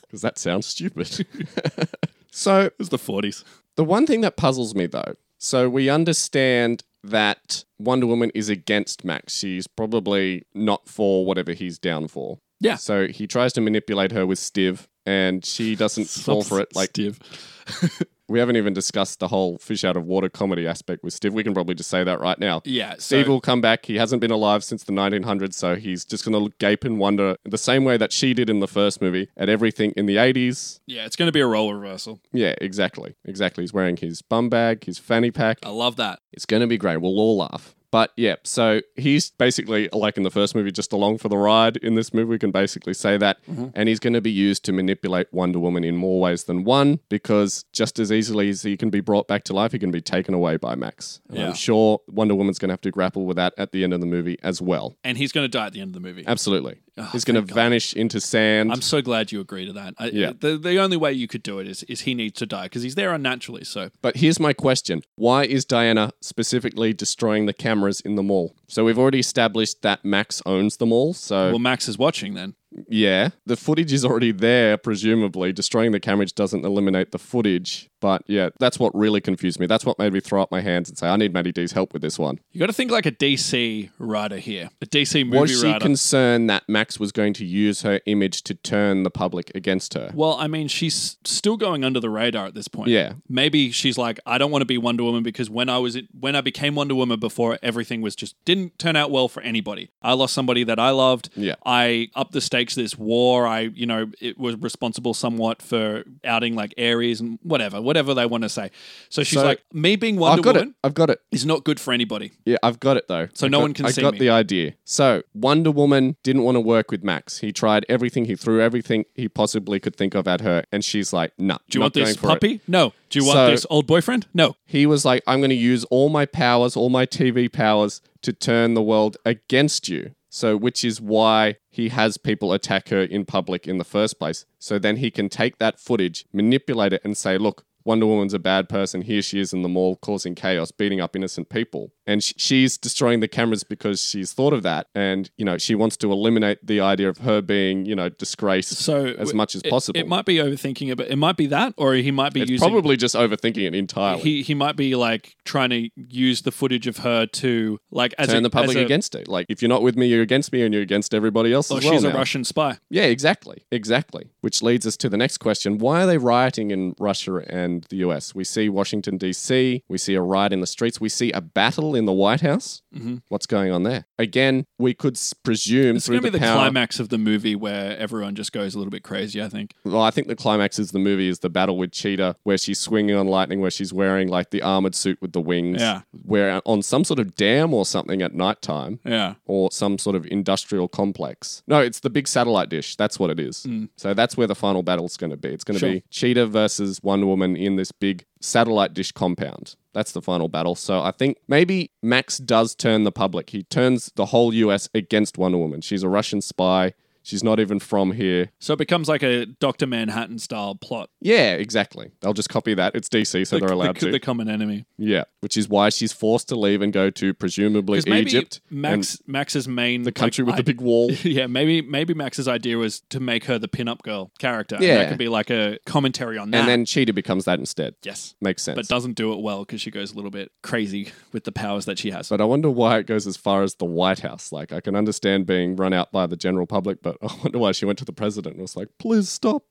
Speaker 1: because that sounds stupid. so
Speaker 2: It was the forties.
Speaker 1: The one thing that puzzles me though, so we understand that Wonder Woman is against Max. She's probably not for whatever he's down for.
Speaker 2: Yeah.
Speaker 1: So he tries to manipulate her with Stiv and she doesn't fall for it. Like
Speaker 2: Steve.
Speaker 1: we haven't even discussed the whole fish out of water comedy aspect with Stiv. We can probably just say that right now.
Speaker 2: Yeah,
Speaker 1: Steve
Speaker 2: so-
Speaker 1: will come back. He hasn't been alive since the 1900s, so he's just going to gape and wonder the same way that she did in the first movie at everything in the 80s.
Speaker 2: Yeah, it's going to be a role reversal.
Speaker 1: Yeah, exactly. Exactly. He's wearing his bum bag, his fanny pack.
Speaker 2: I love that.
Speaker 1: It's going to be great. We'll all laugh. But yeah, so he's basically like in the first movie, just along for the ride. In this movie, we can basically say that.
Speaker 2: Mm-hmm.
Speaker 1: And he's going to be used to manipulate Wonder Woman in more ways than one because just as easily as he can be brought back to life, he can be taken away by Max. And
Speaker 2: Yeah.
Speaker 1: I'm sure Wonder Woman's going to have to grapple with that at the end of the movie as well.
Speaker 2: and he's going to die at the end of the movie.
Speaker 1: Absolutely. he's going to vanish into sand.
Speaker 2: Oh, I'm so glad you agree to that. I,
Speaker 1: Yeah.
Speaker 2: The, the only way you could do it is is he needs to die because he's there unnaturally. So
Speaker 1: But here's my question Why is Diana specifically destroying the cameras in the mall? So we've already established that Max owns the mall. So,
Speaker 2: well, Max is watching then.
Speaker 1: yeah, the footage is already there, presumably. Destroying the cameras doesn't eliminate the footage. But yeah, that's what really confused me. That's what made me throw up my hands and say, I need Maddie D's help with this one.
Speaker 2: You got to think like a DC writer here, a DC movie
Speaker 1: was she
Speaker 2: writer.
Speaker 1: concerned that Max was going to use her image to turn the public against her?
Speaker 2: well, I mean, she's still going under the radar at this point.
Speaker 1: Yeah.
Speaker 2: Maybe she's like, I don't want to be Wonder Woman because when I was when I became Wonder Woman before, everything was just didn't turn out well for anybody. I lost somebody that I loved.
Speaker 1: Yeah.
Speaker 2: I upped the stakes of this war. I, you know, it was responsible somewhat for outing like Ares and whatever, whatever they want to say. So she's
Speaker 1: So-
Speaker 2: like, me being Wonder
Speaker 1: I've got
Speaker 2: Woman
Speaker 1: it. I've got it.
Speaker 2: is not good for anybody.
Speaker 1: Yeah, I've got it though.
Speaker 2: So
Speaker 1: I
Speaker 2: no
Speaker 1: got-
Speaker 2: one can
Speaker 1: I
Speaker 2: see
Speaker 1: got
Speaker 2: me.
Speaker 1: the idea. So Wonder Woman didn't want to work with Max. He tried everything. He threw everything he possibly could think of at her, and she's like, "Nah,
Speaker 2: Do you
Speaker 1: not
Speaker 2: want this
Speaker 1: going for It.
Speaker 2: puppy? No. Do you want
Speaker 1: So-
Speaker 2: this old boyfriend? No.
Speaker 1: He was like, "I'm going to use all my powers, all my TV powers, to turn the world against you." So, which is why he has people attack her in public in the first place. So then he can take that footage, manipulate it, and say, "Look." Wonder Woman's a bad person. Here she is in the mall causing chaos, beating up innocent people. And sh- she's destroying the cameras because she's thought of that. And, you know, she wants to eliminate the idea of her being, you know, disgraced
Speaker 2: So
Speaker 1: as much as
Speaker 2: it-
Speaker 1: possible.
Speaker 2: It might be overthinking it, but it might be that, or he might be
Speaker 1: it's
Speaker 2: using
Speaker 1: probably just overthinking it entirely.
Speaker 2: he he might be like trying to use the footage of her to like as
Speaker 1: turn
Speaker 2: a,
Speaker 1: the public
Speaker 2: as a-
Speaker 1: against it. Like, if you're not with me, you're against me, and you're against everybody else
Speaker 2: Oh,
Speaker 1: as well.
Speaker 2: she's a
Speaker 1: now.
Speaker 2: Russian spy.
Speaker 1: Yeah, exactly. Exactly. Which leads us to the next question. Why are they rioting in Russia and the US? We see Washington, D.C., we see a riot in the streets, we see a battle in in the White House.
Speaker 2: Mhm.
Speaker 1: What's going on there? Again, we could s- presume
Speaker 2: It's
Speaker 1: through
Speaker 2: going to be the
Speaker 1: power-
Speaker 2: climax of the movie where everyone just goes a little bit crazy, I think.
Speaker 1: Well, I think the climax is the movie is the battle with Cheetah, where she's swinging on lightning, where she's wearing like the armored suit with the wings.
Speaker 2: Yeah.
Speaker 1: Where uh, on some sort of dam or something at nighttime.
Speaker 2: Yeah.
Speaker 1: Or some sort of industrial complex. No, it's the big satellite dish. That's what it is. So that's where the final battle's going to be. It's going to
Speaker 2: Hmm. Sure.
Speaker 1: be Cheetah versus Wonder Woman in this big satellite dish compound. That's the final battle. So I think maybe Max does turn the public. He turns the whole US against Wonder Woman. She's a Russian spy. She's not even from here.
Speaker 2: So it becomes like a Dr. Manhattan style plot.
Speaker 1: Yeah, exactly. They'll just copy that. It's DC, so
Speaker 2: the,
Speaker 1: they're allowed
Speaker 2: the,
Speaker 1: to.
Speaker 2: the common enemy.
Speaker 1: yeah, which is why she's forced to leave and go to presumably
Speaker 2: Because maybe
Speaker 1: Egypt, and
Speaker 2: Max Max's main
Speaker 1: the country with the big wall.
Speaker 2: Yeah, maybe maybe Max's idea was to make her the pinup girl character. and
Speaker 1: Yeah.
Speaker 2: that could be like a commentary on that.
Speaker 1: And then Cheetah becomes that instead.
Speaker 2: yes,
Speaker 1: Makes sense.
Speaker 2: but
Speaker 1: But,
Speaker 2: doesn't do it well because she goes a little bit crazy with the powers that she has.
Speaker 1: I wonder why it goes as far as the White House. Like, I can understand being run out by the general public, but I wonder why she went to the president and was like, please stop.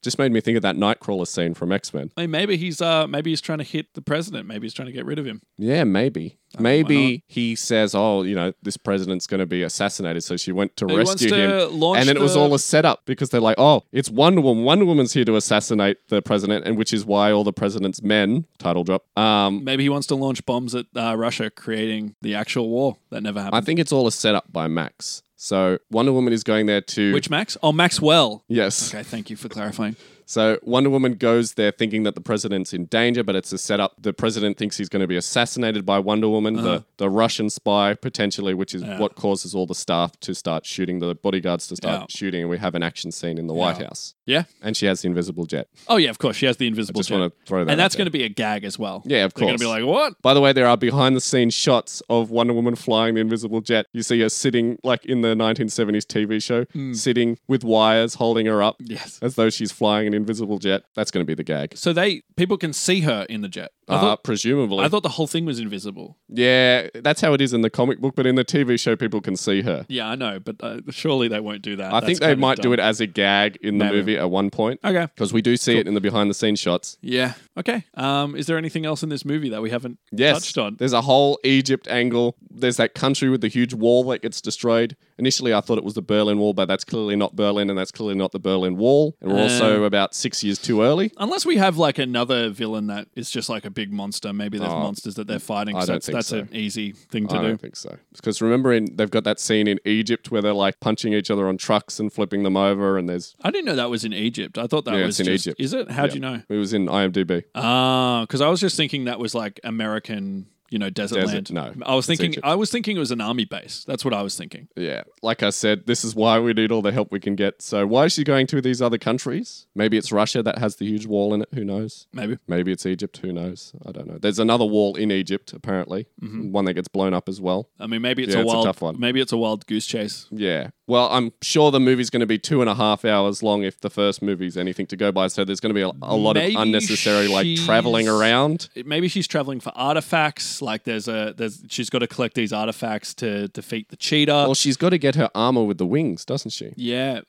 Speaker 1: just made me think of that Nightcrawler scene from X Men.
Speaker 2: I mean, maybe he's uh maybe he's trying to hit the president. Maybe he's trying to get rid of him.
Speaker 1: Yeah, maybe. Maybe he says, "Oh, you know, this president's going to be assassinated," so she went to
Speaker 2: He wants
Speaker 1: rescue
Speaker 2: to
Speaker 1: him,
Speaker 2: launch
Speaker 1: and then it was
Speaker 2: the-
Speaker 1: all a setup because they're like, "Oh, it's Wonder Woman. Wonder Woman's here to assassinate the president," and which is why all the president's men title drop. Um,
Speaker 2: Maybe he wants to launch bombs at uh, Russia, creating the actual war that never
Speaker 1: I
Speaker 2: happened.
Speaker 1: think it's all a setup by Max. So Wonder Woman is going there to
Speaker 2: Which Max? Oh, Maxwell.
Speaker 1: yes.
Speaker 2: Okay, thank you for clarifying.
Speaker 1: So Wonder Woman goes there thinking that the president's in danger, but it's a setup. The president thinks he's going to be assassinated by Wonder Woman,
Speaker 2: Uh-huh.
Speaker 1: the, the Russian spy potentially, which is what causes all the staff to start shooting, the bodyguards to start
Speaker 2: Yeah.
Speaker 1: shooting, and we have an action scene in the White House.
Speaker 2: Yeah.
Speaker 1: And she has the invisible jet.
Speaker 2: Oh yeah, of course. She has the invisible
Speaker 1: Just
Speaker 2: jet.
Speaker 1: want to throw that.
Speaker 2: and that's
Speaker 1: out there.
Speaker 2: going to be a gag as well.
Speaker 1: Yeah, of
Speaker 2: They're going to
Speaker 1: course.
Speaker 2: be like, what?
Speaker 1: By the way, there are behind the scenes shots of Wonder Woman flying the invisible jet. You see her sitting like in the 1970s TV show, sitting with wires holding her up
Speaker 2: Hmm. Yes.
Speaker 1: as though she's flying an invisible jet. That's going to be the gag.
Speaker 2: So they people can see her in the jet. I,
Speaker 1: Uh,
Speaker 2: thought,
Speaker 1: presumably.
Speaker 2: I thought the whole thing was invisible.
Speaker 1: Yeah, that's how it is in the comic book, but in the TV show, people can see her.
Speaker 2: Yeah, I know, but uh, surely they won't do that.
Speaker 1: I think they might do it as a gag in the
Speaker 2: Maybe.
Speaker 1: movie at one point
Speaker 2: Okay.
Speaker 1: because we do see it in the behind the scenes shots.
Speaker 2: Yeah. Okay. Um, is there anything else in this movie that we haven't
Speaker 1: Yes,
Speaker 2: touched on?
Speaker 1: there's a whole Egypt angle. There's that country with the huge wall that gets destroyed. Initially, I thought it was the Berlin Wall, but that's clearly not Berlin, and that's clearly not the Berlin Wall. And we're
Speaker 2: Ah.
Speaker 1: also about six years too early.
Speaker 2: Unless we have like another villain that is just like a big monster. Maybe there's monsters that they're fighting.
Speaker 1: Oh, I
Speaker 2: so
Speaker 1: don't
Speaker 2: that's,
Speaker 1: think
Speaker 2: that's
Speaker 1: so.
Speaker 2: an easy thing
Speaker 1: I
Speaker 2: to
Speaker 1: don't
Speaker 2: do.
Speaker 1: think so. Because remember, in, they've got that scene in Egypt where they're like punching each other on trucks and flipping them over, and there's
Speaker 2: I didn't know that was in Egypt. I thought that
Speaker 1: Yeah,
Speaker 2: was
Speaker 1: it's in
Speaker 2: just-
Speaker 1: Egypt.
Speaker 2: Is it? How do
Speaker 1: Yeah.
Speaker 2: you know?
Speaker 1: It was in IMDb.
Speaker 2: Ah, because I was just thinking that was like American, you know, desert,
Speaker 1: Desert,
Speaker 2: land.
Speaker 1: no.
Speaker 2: I was thinking.
Speaker 1: Egypt.
Speaker 2: I was thinking it was an army base. That's what I was thinking.
Speaker 1: Yeah, like I said, this is why we need all the help we can get. So why is she going to these other countries? Maybe it's Russia that has the huge wall in it. Who knows?
Speaker 2: Maybe.
Speaker 1: Maybe it's Egypt. Who knows? I don't know. There's another wall in Egypt apparently,
Speaker 2: Mm-hmm.
Speaker 1: one that gets blown up as well.
Speaker 2: I mean, maybe it's
Speaker 1: Yeah,
Speaker 2: a
Speaker 1: it's a
Speaker 2: wild.
Speaker 1: tough one.
Speaker 2: Maybe it's a wild goose chase.
Speaker 1: Yeah. Well, I'm sure the movie's going to be two and a half hours long if the first movie's anything to go by. So there's going to be a, a lot
Speaker 2: Maybe
Speaker 1: of unnecessary like
Speaker 2: she's-
Speaker 1: traveling around.
Speaker 2: It- Maybe she's traveling for artifacts. Like there's a there's she's got to collect these artifacts to defeat the cheetah.
Speaker 1: Well, she's got to get her armor with the wings, doesn't she?
Speaker 2: yeah.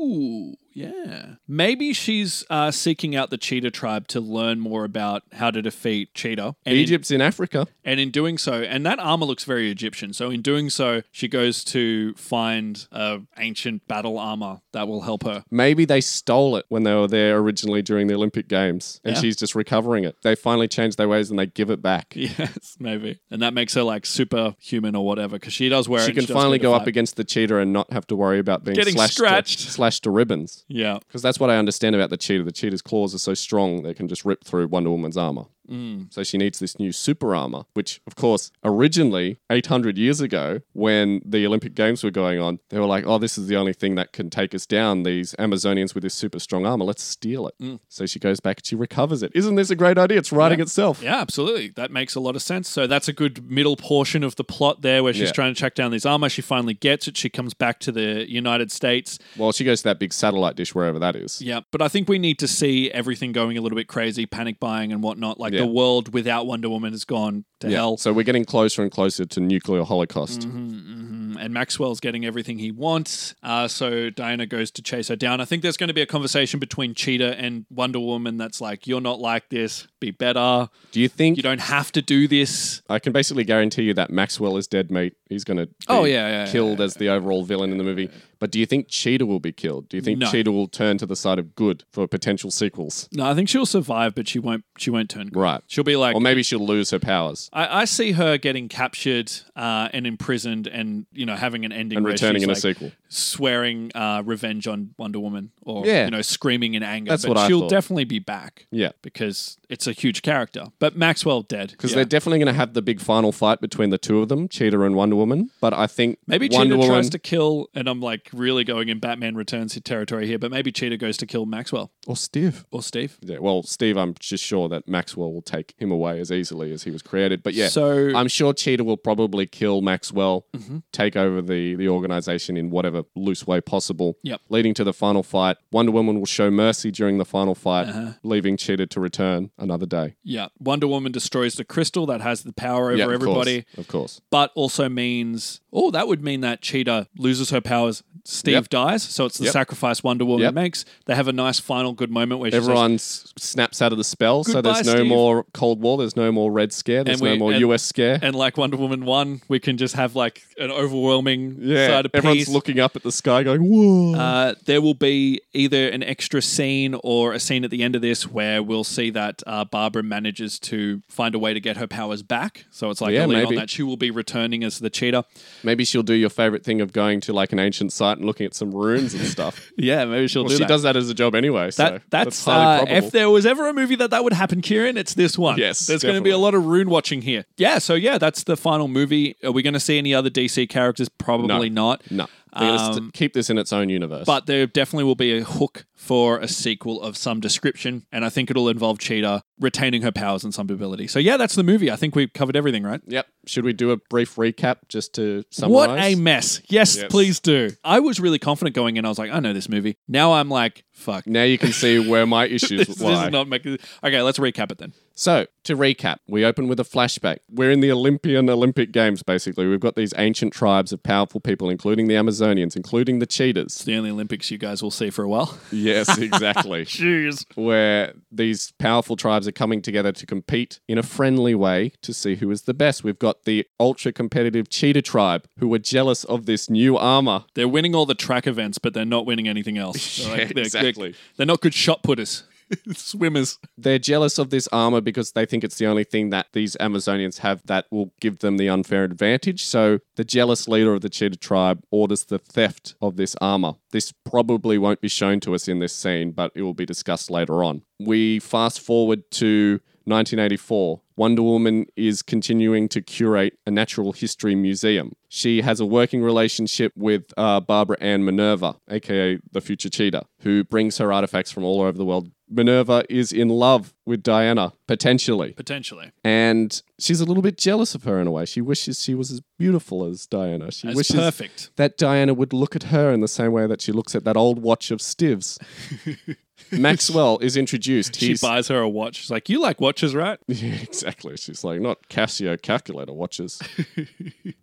Speaker 2: Ooh. Yeah. Maybe she's uh, seeking out the cheetah tribe to learn more about how to defeat cheetah. And in-
Speaker 1: Egypt's in Africa.
Speaker 2: And in doing so, and that armor looks very Egyptian. So in doing so, she goes to find uh, ancient battle armor that will help her.
Speaker 1: Maybe they stole it when they were there originally during the Olympic Games and
Speaker 2: Yeah.
Speaker 1: she's just recovering it. They finally change their ways and they give it back.
Speaker 2: Yes, maybe. And that makes her like superhuman or whatever because she does wear. it
Speaker 1: She
Speaker 2: and
Speaker 1: can
Speaker 2: does
Speaker 1: finally
Speaker 2: to
Speaker 1: go up
Speaker 2: fight.
Speaker 1: against the cheetah and not have to worry about being
Speaker 2: Getting
Speaker 1: slashed
Speaker 2: scratched.
Speaker 1: To, slashed to ribbons.
Speaker 2: Yeah.
Speaker 1: Because that's what I understand about the cheetah. The cheetah's claws are so strong they can just rip through Wonder Woman's armor.
Speaker 2: Mm.
Speaker 1: So she needs this new super armor, which, of course, originally 800 years ago, when the Olympic Games were going on, they were like, "Oh, this is the only thing that can take us down. These Amazonians with this super strong armor. Let's steal it." So she goes back. She recovers it. Isn't this a great idea? It's writing itself.
Speaker 2: Mm. Yeah, absolutely. That makes a lot of sense. So that's a good middle portion of the plot there where she's
Speaker 1: Yeah.
Speaker 2: trying to track down this armor. She finally gets it. She comes back to the United States.
Speaker 1: Well, she goes to that big satellite dish wherever that is.
Speaker 2: Yeah, but I think we need to see everything going a little bit crazy, panic buying and whatnot. Like the world without Wonder Woman has gone to hell.
Speaker 1: So we're getting closer and closer to nuclear holocaust.
Speaker 2: Mm, and Maxwell's getting everything he wants. Uh, so Diana goes to chase her down. I think there's going to be a conversation between Cheetah and Wonder Woman that's like, you're not like this be better.
Speaker 1: Do you think
Speaker 2: You don't have to do this.
Speaker 1: I can basically guarantee you that Maxwell is dead, mate? He's going to be
Speaker 2: Oh, yeah, yeah, yeah,
Speaker 1: killed as the overall villain in the movie. But do you think Cheetah will be killed? Do you think
Speaker 2: No.
Speaker 1: Cheetah will turn to the side of good for potential sequels?
Speaker 2: No, I think she'll survive, but she won't. She won't turn. Green.
Speaker 1: Right.
Speaker 2: She'll be like.
Speaker 1: Or maybe she'll lose her powers
Speaker 2: I, I see her getting captured uh, and imprisoned, and you know having an ending
Speaker 1: and
Speaker 2: where
Speaker 1: returning
Speaker 2: she's
Speaker 1: in a
Speaker 2: like,
Speaker 1: sequel.
Speaker 2: swearing uh, revenge on Wonder Woman, or
Speaker 1: Yeah.
Speaker 2: you know screaming in anger.
Speaker 1: That's
Speaker 2: but
Speaker 1: what I
Speaker 2: she'll
Speaker 1: thought.
Speaker 2: definitely be back
Speaker 1: Yeah.
Speaker 2: because it's a huge character. But Maxwell dead
Speaker 1: Because
Speaker 2: Yeah.
Speaker 1: they're definitely going to have the big final fight between the two of them, Cheetah and Wonder Woman. But I think
Speaker 2: Maybe
Speaker 1: Wonder
Speaker 2: Cheetah
Speaker 1: Woman,
Speaker 2: tries to kill, and I'm like really going in Batman Returns territory here, but maybe Cheetah goes to kill Maxwell
Speaker 1: or Steve.
Speaker 2: or Steve.
Speaker 1: Yeah, well, Steve, I'm just sure that Maxwell will take him away as easily as he was created. But yeah,
Speaker 2: So Mm-hmm.
Speaker 1: I'm sure Cheetah will probably kill Maxwell, take over the, the organization in whatever loose way possible,
Speaker 2: Yep.
Speaker 1: leading to the final fight. Wonder Woman will show mercy during the final fight,
Speaker 2: Uh-huh.
Speaker 1: leaving Cheetah to return another day.
Speaker 2: yeah, Wonder Woman destroys the crystal that has the power over
Speaker 1: Yeah, of course,
Speaker 2: everybody,
Speaker 1: Of course.
Speaker 2: but also means oh, that would mean that Cheetah loses her powers. Steve
Speaker 1: Yep.
Speaker 2: dies, so it's the
Speaker 1: Yep.
Speaker 2: sacrifice Wonder Woman
Speaker 1: Yep.
Speaker 2: makes. They have a nice final good moment where she says,
Speaker 1: Everyone s- snaps out of the spell,
Speaker 2: Goodbye,
Speaker 1: so there's no
Speaker 2: Steve.
Speaker 1: more Cold War, there's no more Red Scare, there's
Speaker 2: we-
Speaker 1: no more
Speaker 2: and-
Speaker 1: US Scare.
Speaker 2: and like Wonder Woman one, we can just have like an overwhelming
Speaker 1: yeah,
Speaker 2: side of
Speaker 1: everyone's
Speaker 2: peace.
Speaker 1: looking up at the sky going, whoa.
Speaker 2: Uh, there will be either an extra scene or a scene at the end of this where we'll see that uh, Barbara manages to find a way to get her powers back. So it's like
Speaker 1: Yeah,
Speaker 2: a lead on
Speaker 1: maybe.
Speaker 2: that she will be returning as the cheetah.
Speaker 1: Maybe she'll do your favorite thing of going to like an ancient site and looking at some ruins and stuff.
Speaker 2: Yeah, maybe she'll
Speaker 1: Well, she does that as a job anyway, so
Speaker 2: That, that's
Speaker 1: that's highly
Speaker 2: uh,
Speaker 1: probable.
Speaker 2: if there was ever a movie that that would happen, Kieran, it's this one.
Speaker 1: Yes,
Speaker 2: there's going to be a
Speaker 1: definitely.
Speaker 2: lot of rune watching here. Yeah, so yeah, that's the final movie. Are we going to see any other DC characters? Probably not.
Speaker 1: No. They're gonna st-
Speaker 2: Um,
Speaker 1: keep this in its own universe.
Speaker 2: But there definitely will be a hook for a sequel of some description, and I think it'll involve Cheetah retaining her powers and some ability. So yeah, that's the movie. I think we've covered everything, right?
Speaker 1: yep. Should we do a brief recap just to summarize?
Speaker 2: What a mess. Yes,
Speaker 1: Yes.
Speaker 2: please do. I was really confident going in. I was like, I know this movie. Now I'm like, fuck.
Speaker 1: now you can see where my
Speaker 2: This,
Speaker 1: issues
Speaker 2: this
Speaker 1: lie.
Speaker 2: is not making. Okay, let's recap it then.
Speaker 1: so, to recap, we open with a flashback. We're in the Olympian Olympic Games, basically. We've got these ancient tribes of powerful people, including the Amazonians, including the cheetahs.
Speaker 2: It's the only Olympics you guys will see for a while.
Speaker 1: Yes, exactly.
Speaker 2: Jeez.
Speaker 1: where these powerful tribes are coming together to compete in a friendly way to see who is the best. We've got the ultra competitive cheetah tribe who are jealous of this new armor.
Speaker 2: They're winning all the track events, but they're not winning anything else. They're
Speaker 1: Yeah,
Speaker 2: they're- they're-
Speaker 1: exactly.
Speaker 2: they're not good shot putters, swimmers.
Speaker 1: They're jealous of this armor because they think it's the only thing that these Amazonians have that will give them the unfair advantage. So the jealous leader of the cheetah tribe orders the theft of this armor. This probably won't be shown to us in this scene, but it will be discussed later on. We fast forward to 1984. Wonder Woman is continuing to curate a natural history museum. She has a working relationship with uh, Barbara Ann Minerva, aka the future cheetah, who brings her artifacts from all over the world. Minerva is in love with Diana, potentially,
Speaker 2: Potentially.
Speaker 1: and she's a little bit jealous of her in a way. She wishes she was as beautiful as Diana. She
Speaker 2: That's
Speaker 1: wishes
Speaker 2: perfect.
Speaker 1: that Diana would look at her in the same way that she looks at that old watch of Stiv's. Maxwell is introduced.
Speaker 2: She buys her a watch. She's like, "You like watches, right?"
Speaker 1: Yeah, exactly. She's like, not Casio calculator watches.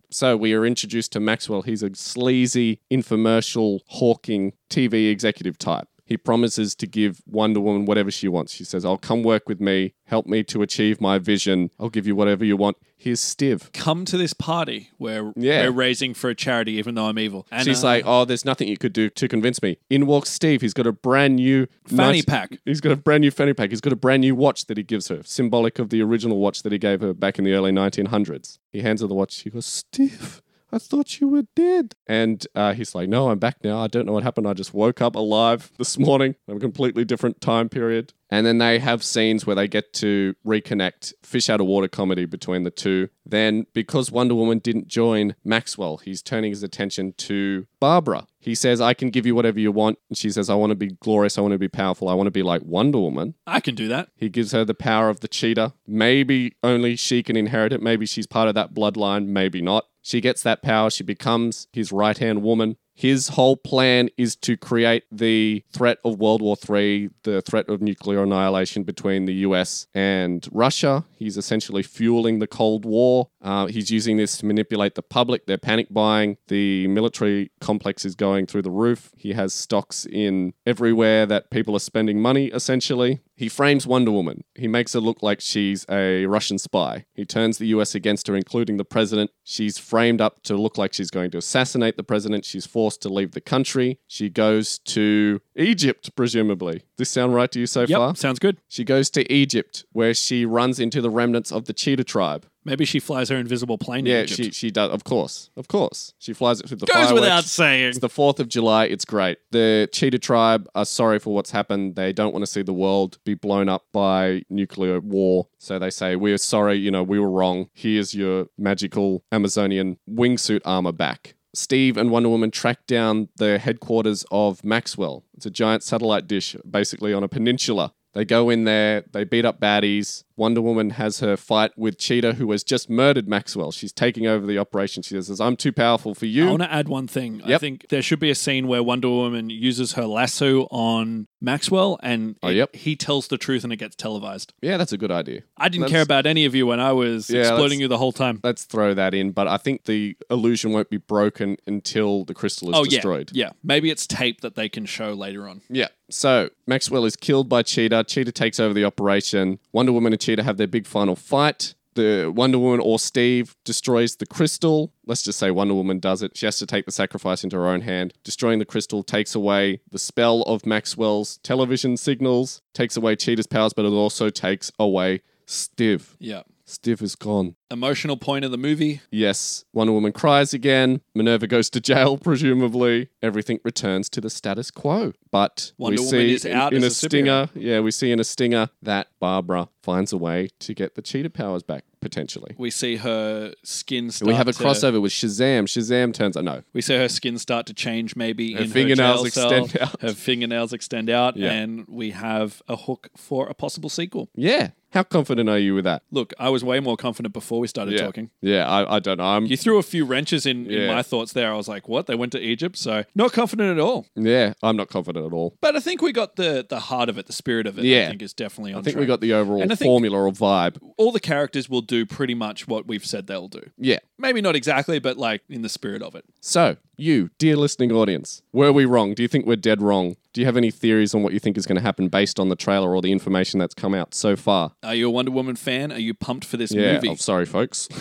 Speaker 1: so we are introduced to Maxwell. He's a sleazy, infomercial, hawking TV executive type. He promises to give Wonder Woman whatever she wants. She says, I'll come work with me, help me to achieve my vision. I'll give you whatever you want. Here's Stiv.
Speaker 2: Come to this party where
Speaker 1: Yeah.
Speaker 2: we're raising for a charity, even though I'm evil. And
Speaker 1: She's
Speaker 2: uh,
Speaker 1: like, Oh, there's nothing you could do to convince me. In walks Steve. He's got a brand new
Speaker 2: fanny
Speaker 1: nice-
Speaker 2: pack.
Speaker 1: He's got a brand new fanny pack. He's got a brand new watch that he gives her, symbolic of the original watch that he gave her back in the early 1900s. He hands her the watch. She goes, Steve, I thought you were dead. And uh, he's like, No, I'm back now. I don't know what happened. I just woke up alive this morning. I'm a completely different time period. And then they have scenes where they get to reconnect, fish out of water comedy between the two. Then, because Wonder Woman didn't join Maxwell, he's turning his attention to Barbara. He says, I can give you whatever you want. And she says, I want to be glorious. I want to be powerful. I want to be like Wonder Woman.
Speaker 2: I can do that.
Speaker 1: He gives her the power of the cheetah. Maybe only she can inherit it. Maybe she's part of that bloodline. Maybe not. She gets that power. She becomes his right hand woman. His whole plan is to create the threat of World War III, the threat of nuclear annihilation between the US and Russia. He's essentially fueling the Cold War. Uh, he's using this to manipulate the public. They're panic buying. The military complex is going through the roof. He has stocks in everywhere that people are spending money, essentially. He frames Wonder Woman. He makes her look like she's a Russian spy. He turns the US against her, including the president. She's framed up to look like she's going to assassinate the president. She's forced to leave the country. She goes to Egypt, presumably. This sound right to you so
Speaker 2: Yep,
Speaker 1: far?
Speaker 2: sounds good.
Speaker 1: She goes to Egypt, where she runs into the remnants of the cheetah tribe.
Speaker 2: Maybe she flies her invisible plane. to
Speaker 1: Yeah,
Speaker 2: Egypt.
Speaker 1: she she does. Of course, of course, she flies it through the
Speaker 2: goes
Speaker 1: fireworks.
Speaker 2: without saying.
Speaker 1: It's the 4th of July. It's great. The cheetah tribe are sorry for what's happened. They don't want to see the world be blown up by nuclear war. So they say, We're sorry, you know, we were wrong. Here's your magical Amazonian wingsuit armor back. Steve and Wonder Woman track down the headquarters of Maxwell. It's a giant satellite dish, basically on a peninsula. They go in there, they beat up baddies. Wonder Woman has her fight with Cheetah, who has just murdered Maxwell. She's taking over the operation. She says, I'm too powerful for you.
Speaker 2: I want to add one thing. I
Speaker 1: Yep.
Speaker 2: think there should be a scene where Wonder Woman uses her lasso on Maxwell and
Speaker 1: Oh,
Speaker 2: it-
Speaker 1: yep.
Speaker 2: he tells the truth and it gets televised.
Speaker 1: Yeah, that's a good idea.
Speaker 2: I didn't
Speaker 1: That's-
Speaker 2: care about any of you when I was
Speaker 1: Yeah,
Speaker 2: exploding
Speaker 1: that's-
Speaker 2: you the whole time.
Speaker 1: Let's throw that in, but I think the illusion won't be broken until the crystal is
Speaker 2: Oh,
Speaker 1: destroyed.
Speaker 2: yeah. Yeah. Maybe it's tape that they can show later on.
Speaker 1: Yeah. So Maxwell is killed by Cheetah. Cheetah takes over the operation. Wonder Woman and Cheetah have their big final fight. The Wonder Woman or Steve destroys the crystal. Let's just say Wonder Woman does it. She has to take the sacrifice into her own hand. Destroying the crystal takes away the spell of Maxwell's television signals, takes away Cheetah's powers, but it also takes away Steve.
Speaker 2: Yeah.
Speaker 1: Steve is gone.
Speaker 2: Emotional point of the movie.
Speaker 1: Yes, Wonder Woman cries again. Minerva goes to jail, presumably. Everything returns to the status quo. But
Speaker 2: Wonder
Speaker 1: we
Speaker 2: Woman
Speaker 1: see
Speaker 2: is out
Speaker 1: in, in a
Speaker 2: as a superhero.
Speaker 1: stinger, yeah, we see in a stinger that Barbara finds a way to get the cheetah powers back potentially.
Speaker 2: We see her skin start
Speaker 1: we have a
Speaker 2: to-
Speaker 1: crossover with Shazam. Shazam turns. I know.
Speaker 2: We see her skin start to change maybe
Speaker 1: Her
Speaker 2: in
Speaker 1: fingernails
Speaker 2: her jail
Speaker 1: extend
Speaker 2: cell.
Speaker 1: out.
Speaker 2: Her fingernails extend out
Speaker 1: Yeah.
Speaker 2: and we have a hook for a possible sequel.
Speaker 1: Yeah. How confident are you with that?
Speaker 2: Look, I was way more confident before we started
Speaker 1: Yeah.
Speaker 2: talking.
Speaker 1: Yeah, I, I don't know. I'm
Speaker 2: You threw a few wrenches in, in
Speaker 1: Yeah.
Speaker 2: my thoughts there. I was like, what? They went to Egypt? So not confident at all.
Speaker 1: yeah, I'm not confident at all.
Speaker 2: But I think we got the the heart of it, the spirit of it. I
Speaker 1: Yeah.
Speaker 2: think is definitely on
Speaker 1: I think
Speaker 2: track.
Speaker 1: we got the overall
Speaker 2: And I think-
Speaker 1: formula or vibe.
Speaker 2: all the characters will do pretty much what we've said they'll do.
Speaker 1: Yeah.
Speaker 2: Maybe not exactly, but like in the spirit of it.
Speaker 1: So, you, dear listening audience, were we wrong? Do you think we're dead wrong? Do you have any theories on what you think is going to happen based on the trailer or the information that's come out so far?
Speaker 2: Are you a Wonder Woman fan? Are you pumped for this
Speaker 1: Yeah,
Speaker 2: movie?
Speaker 1: I'm sorry, folks.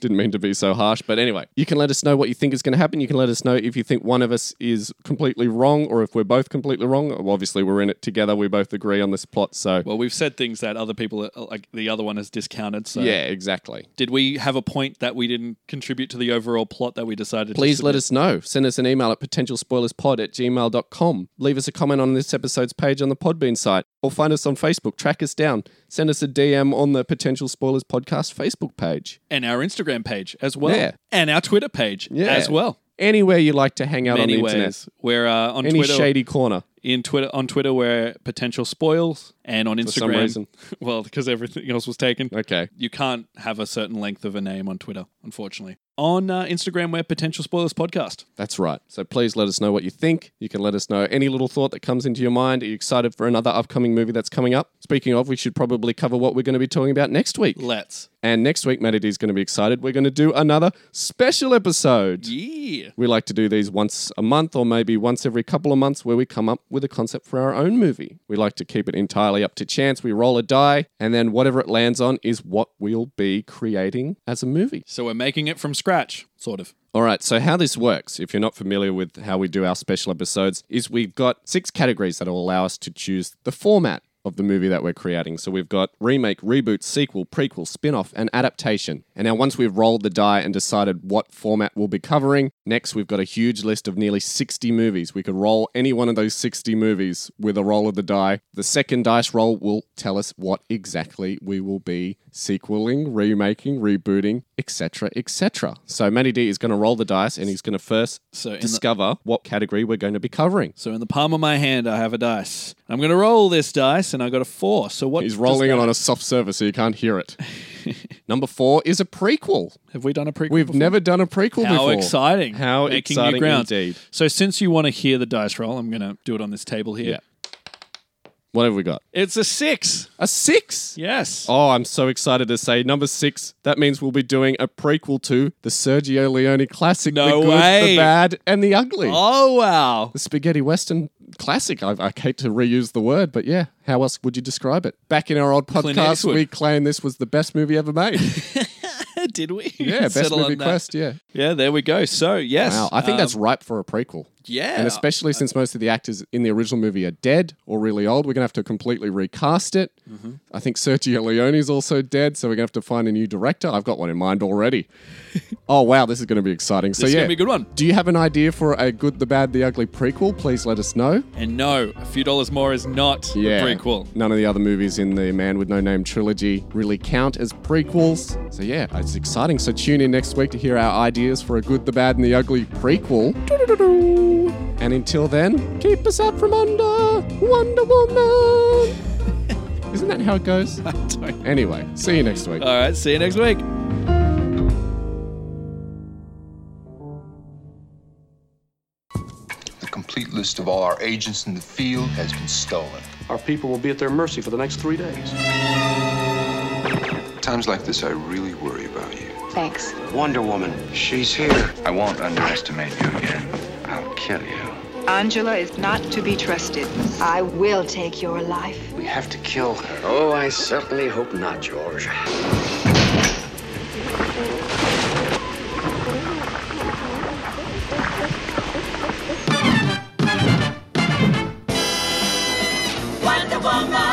Speaker 1: Didn't mean to be so harsh, but anyway, you can let us know what you think is going to happen. You can let us know if you think one of us is completely wrong or if we're both completely wrong. Obviously, we're in it together. We both agree on this plot, so
Speaker 2: Well, we've said things that other people uh, like the other one has discounted. So
Speaker 1: yeah, exactly.
Speaker 2: did we have a point that we didn't contribute to the overall plot that we decided?
Speaker 1: Please
Speaker 2: to
Speaker 1: let us know. Send us an email at potentialspoilerspod at gmail.com. Leave us a comment on this episode's page on the Podbean site or find us on Facebook. Track us down. Send us a DM on the Potential Spoilers Podcast Facebook page.
Speaker 2: and our Instagram page as well,
Speaker 1: Yeah.
Speaker 2: and our Twitter page
Speaker 1: Yeah.
Speaker 2: as well.
Speaker 1: Anywhere you like to hang out
Speaker 2: Many
Speaker 1: on the
Speaker 2: ways
Speaker 1: internet.
Speaker 2: we're uh, on
Speaker 1: Any
Speaker 2: Twitter.
Speaker 1: shady corner.
Speaker 2: in Twitter on Twitter we're potential spoils and on Instagram
Speaker 1: some reason.
Speaker 2: well because everything else was taken
Speaker 1: Okay.
Speaker 2: you can't have a certain length of a name on Twitter unfortunately on uh, Instagram we're potential spoilers podcast
Speaker 1: That's right. So please let us know what you think. You can let us know any little thought that comes into your mind. Are you excited for another upcoming movie that's coming up? Speaking of, we should probably cover what we're going to be talking about next week.
Speaker 2: let's
Speaker 1: And next week, Maddie D is going to be excited. We're going to do another special episode.
Speaker 2: yeah
Speaker 1: We like to do these once a month or maybe once every couple of months where we come up with a concept for our own movie. We like to keep it entirely up to chance. We roll a die, and then whatever it lands on is what we'll be creating as a movie.
Speaker 2: so we're making it from scratch sort of
Speaker 1: All right, so how this works, if you're not familiar with how we do our special episodes, is we've got six categories that will allow us to choose the format of the movie that we're creating. So we've got remake, reboot, sequel, prequel, spin off, and adaptation. And now, once we've rolled the die and decided what format we'll be covering, next we've got a huge list of nearly 60 movies. We could roll any one of those 60 movies with a roll of the die. The second dice roll will tell us what exactly we will be sequeling, remaking, rebooting, etc., etc. So Matty D is going to roll the dice and he's going to first
Speaker 2: So in the-
Speaker 1: discover what category we're going to be covering.
Speaker 2: so in the palm of my hand I have a dice I'm gonna roll this dice and I got a four so what
Speaker 1: He's
Speaker 2: does
Speaker 1: rolling it
Speaker 2: that-
Speaker 1: on a soft surface so you can't hear it. Number four is a prequel.
Speaker 2: Have we done a prequel?
Speaker 1: We've
Speaker 2: before?
Speaker 1: never done a prequel
Speaker 2: How
Speaker 1: before.
Speaker 2: exciting!
Speaker 1: How
Speaker 2: Making
Speaker 1: exciting
Speaker 2: new ground.
Speaker 1: indeed.
Speaker 2: So since you want to hear the dice roll, I'm going to do it on this table here.
Speaker 1: What have we got?
Speaker 2: It's a six.
Speaker 1: A six.
Speaker 2: Yes.
Speaker 1: Oh, I'm so excited to say number six. That means we'll be doing a prequel to the Sergio Leone classic
Speaker 2: No
Speaker 1: The Good,
Speaker 2: way.
Speaker 1: The Bad, and the Ugly.
Speaker 2: Oh wow.
Speaker 1: The spaghetti western classic. I, I hate to reuse the word, but yeah, how else would you describe it? Back in our old podcast,
Speaker 2: Eastwood.
Speaker 1: we claimed this was the best movie ever made.
Speaker 2: Did we?
Speaker 1: Yeah, best
Speaker 2: Settle on
Speaker 1: movie
Speaker 2: that.
Speaker 1: quest. Yeah,
Speaker 2: Yeah, there we go. So yes,
Speaker 1: wow. I think
Speaker 2: um,
Speaker 1: that's ripe for a prequel,
Speaker 2: yeah.
Speaker 1: and especially since most of the actors in the original movie are dead or really old, we're gonna have to completely recast it.
Speaker 2: Mm-hmm.
Speaker 1: I think Sergio Leone is also dead, so we're gonna have to find a new director. I've got one in mind already. oh wow, this is gonna be exciting. So
Speaker 2: This is
Speaker 1: yeah.
Speaker 2: gonna be a good one.
Speaker 1: do you have an idea for a good, the bad, the ugly prequel? Please let us know.
Speaker 2: And no, a few dollars more is not
Speaker 1: Yeah.
Speaker 2: a prequel.
Speaker 1: None of the other movies in the Man with No Name trilogy really count as prequels. So, yeah, it's exciting. So, tune in next week to hear our ideas for a good, the bad, and the ugly prequel. Doo-doo-doo-doo. And until then, keep us out from under, Wonder Woman. Isn't that how it goes?
Speaker 2: I don't-
Speaker 1: Anyway, see you next week.
Speaker 2: All right. See you next week.
Speaker 4: The complete list of all our agents in the field has been stolen.
Speaker 5: Our people will be at their mercy for the next three days.
Speaker 4: Times like this, I really worry about you.
Speaker 6: Thanks.
Speaker 7: Wonder Woman, she's here.
Speaker 4: I won't underestimate you again. I'll kill you.
Speaker 8: Angela is not to be trusted.
Speaker 6: I will take your life.
Speaker 7: We have to kill her. Oh, I certainly hope not, George.
Speaker 9: Wonder Woman.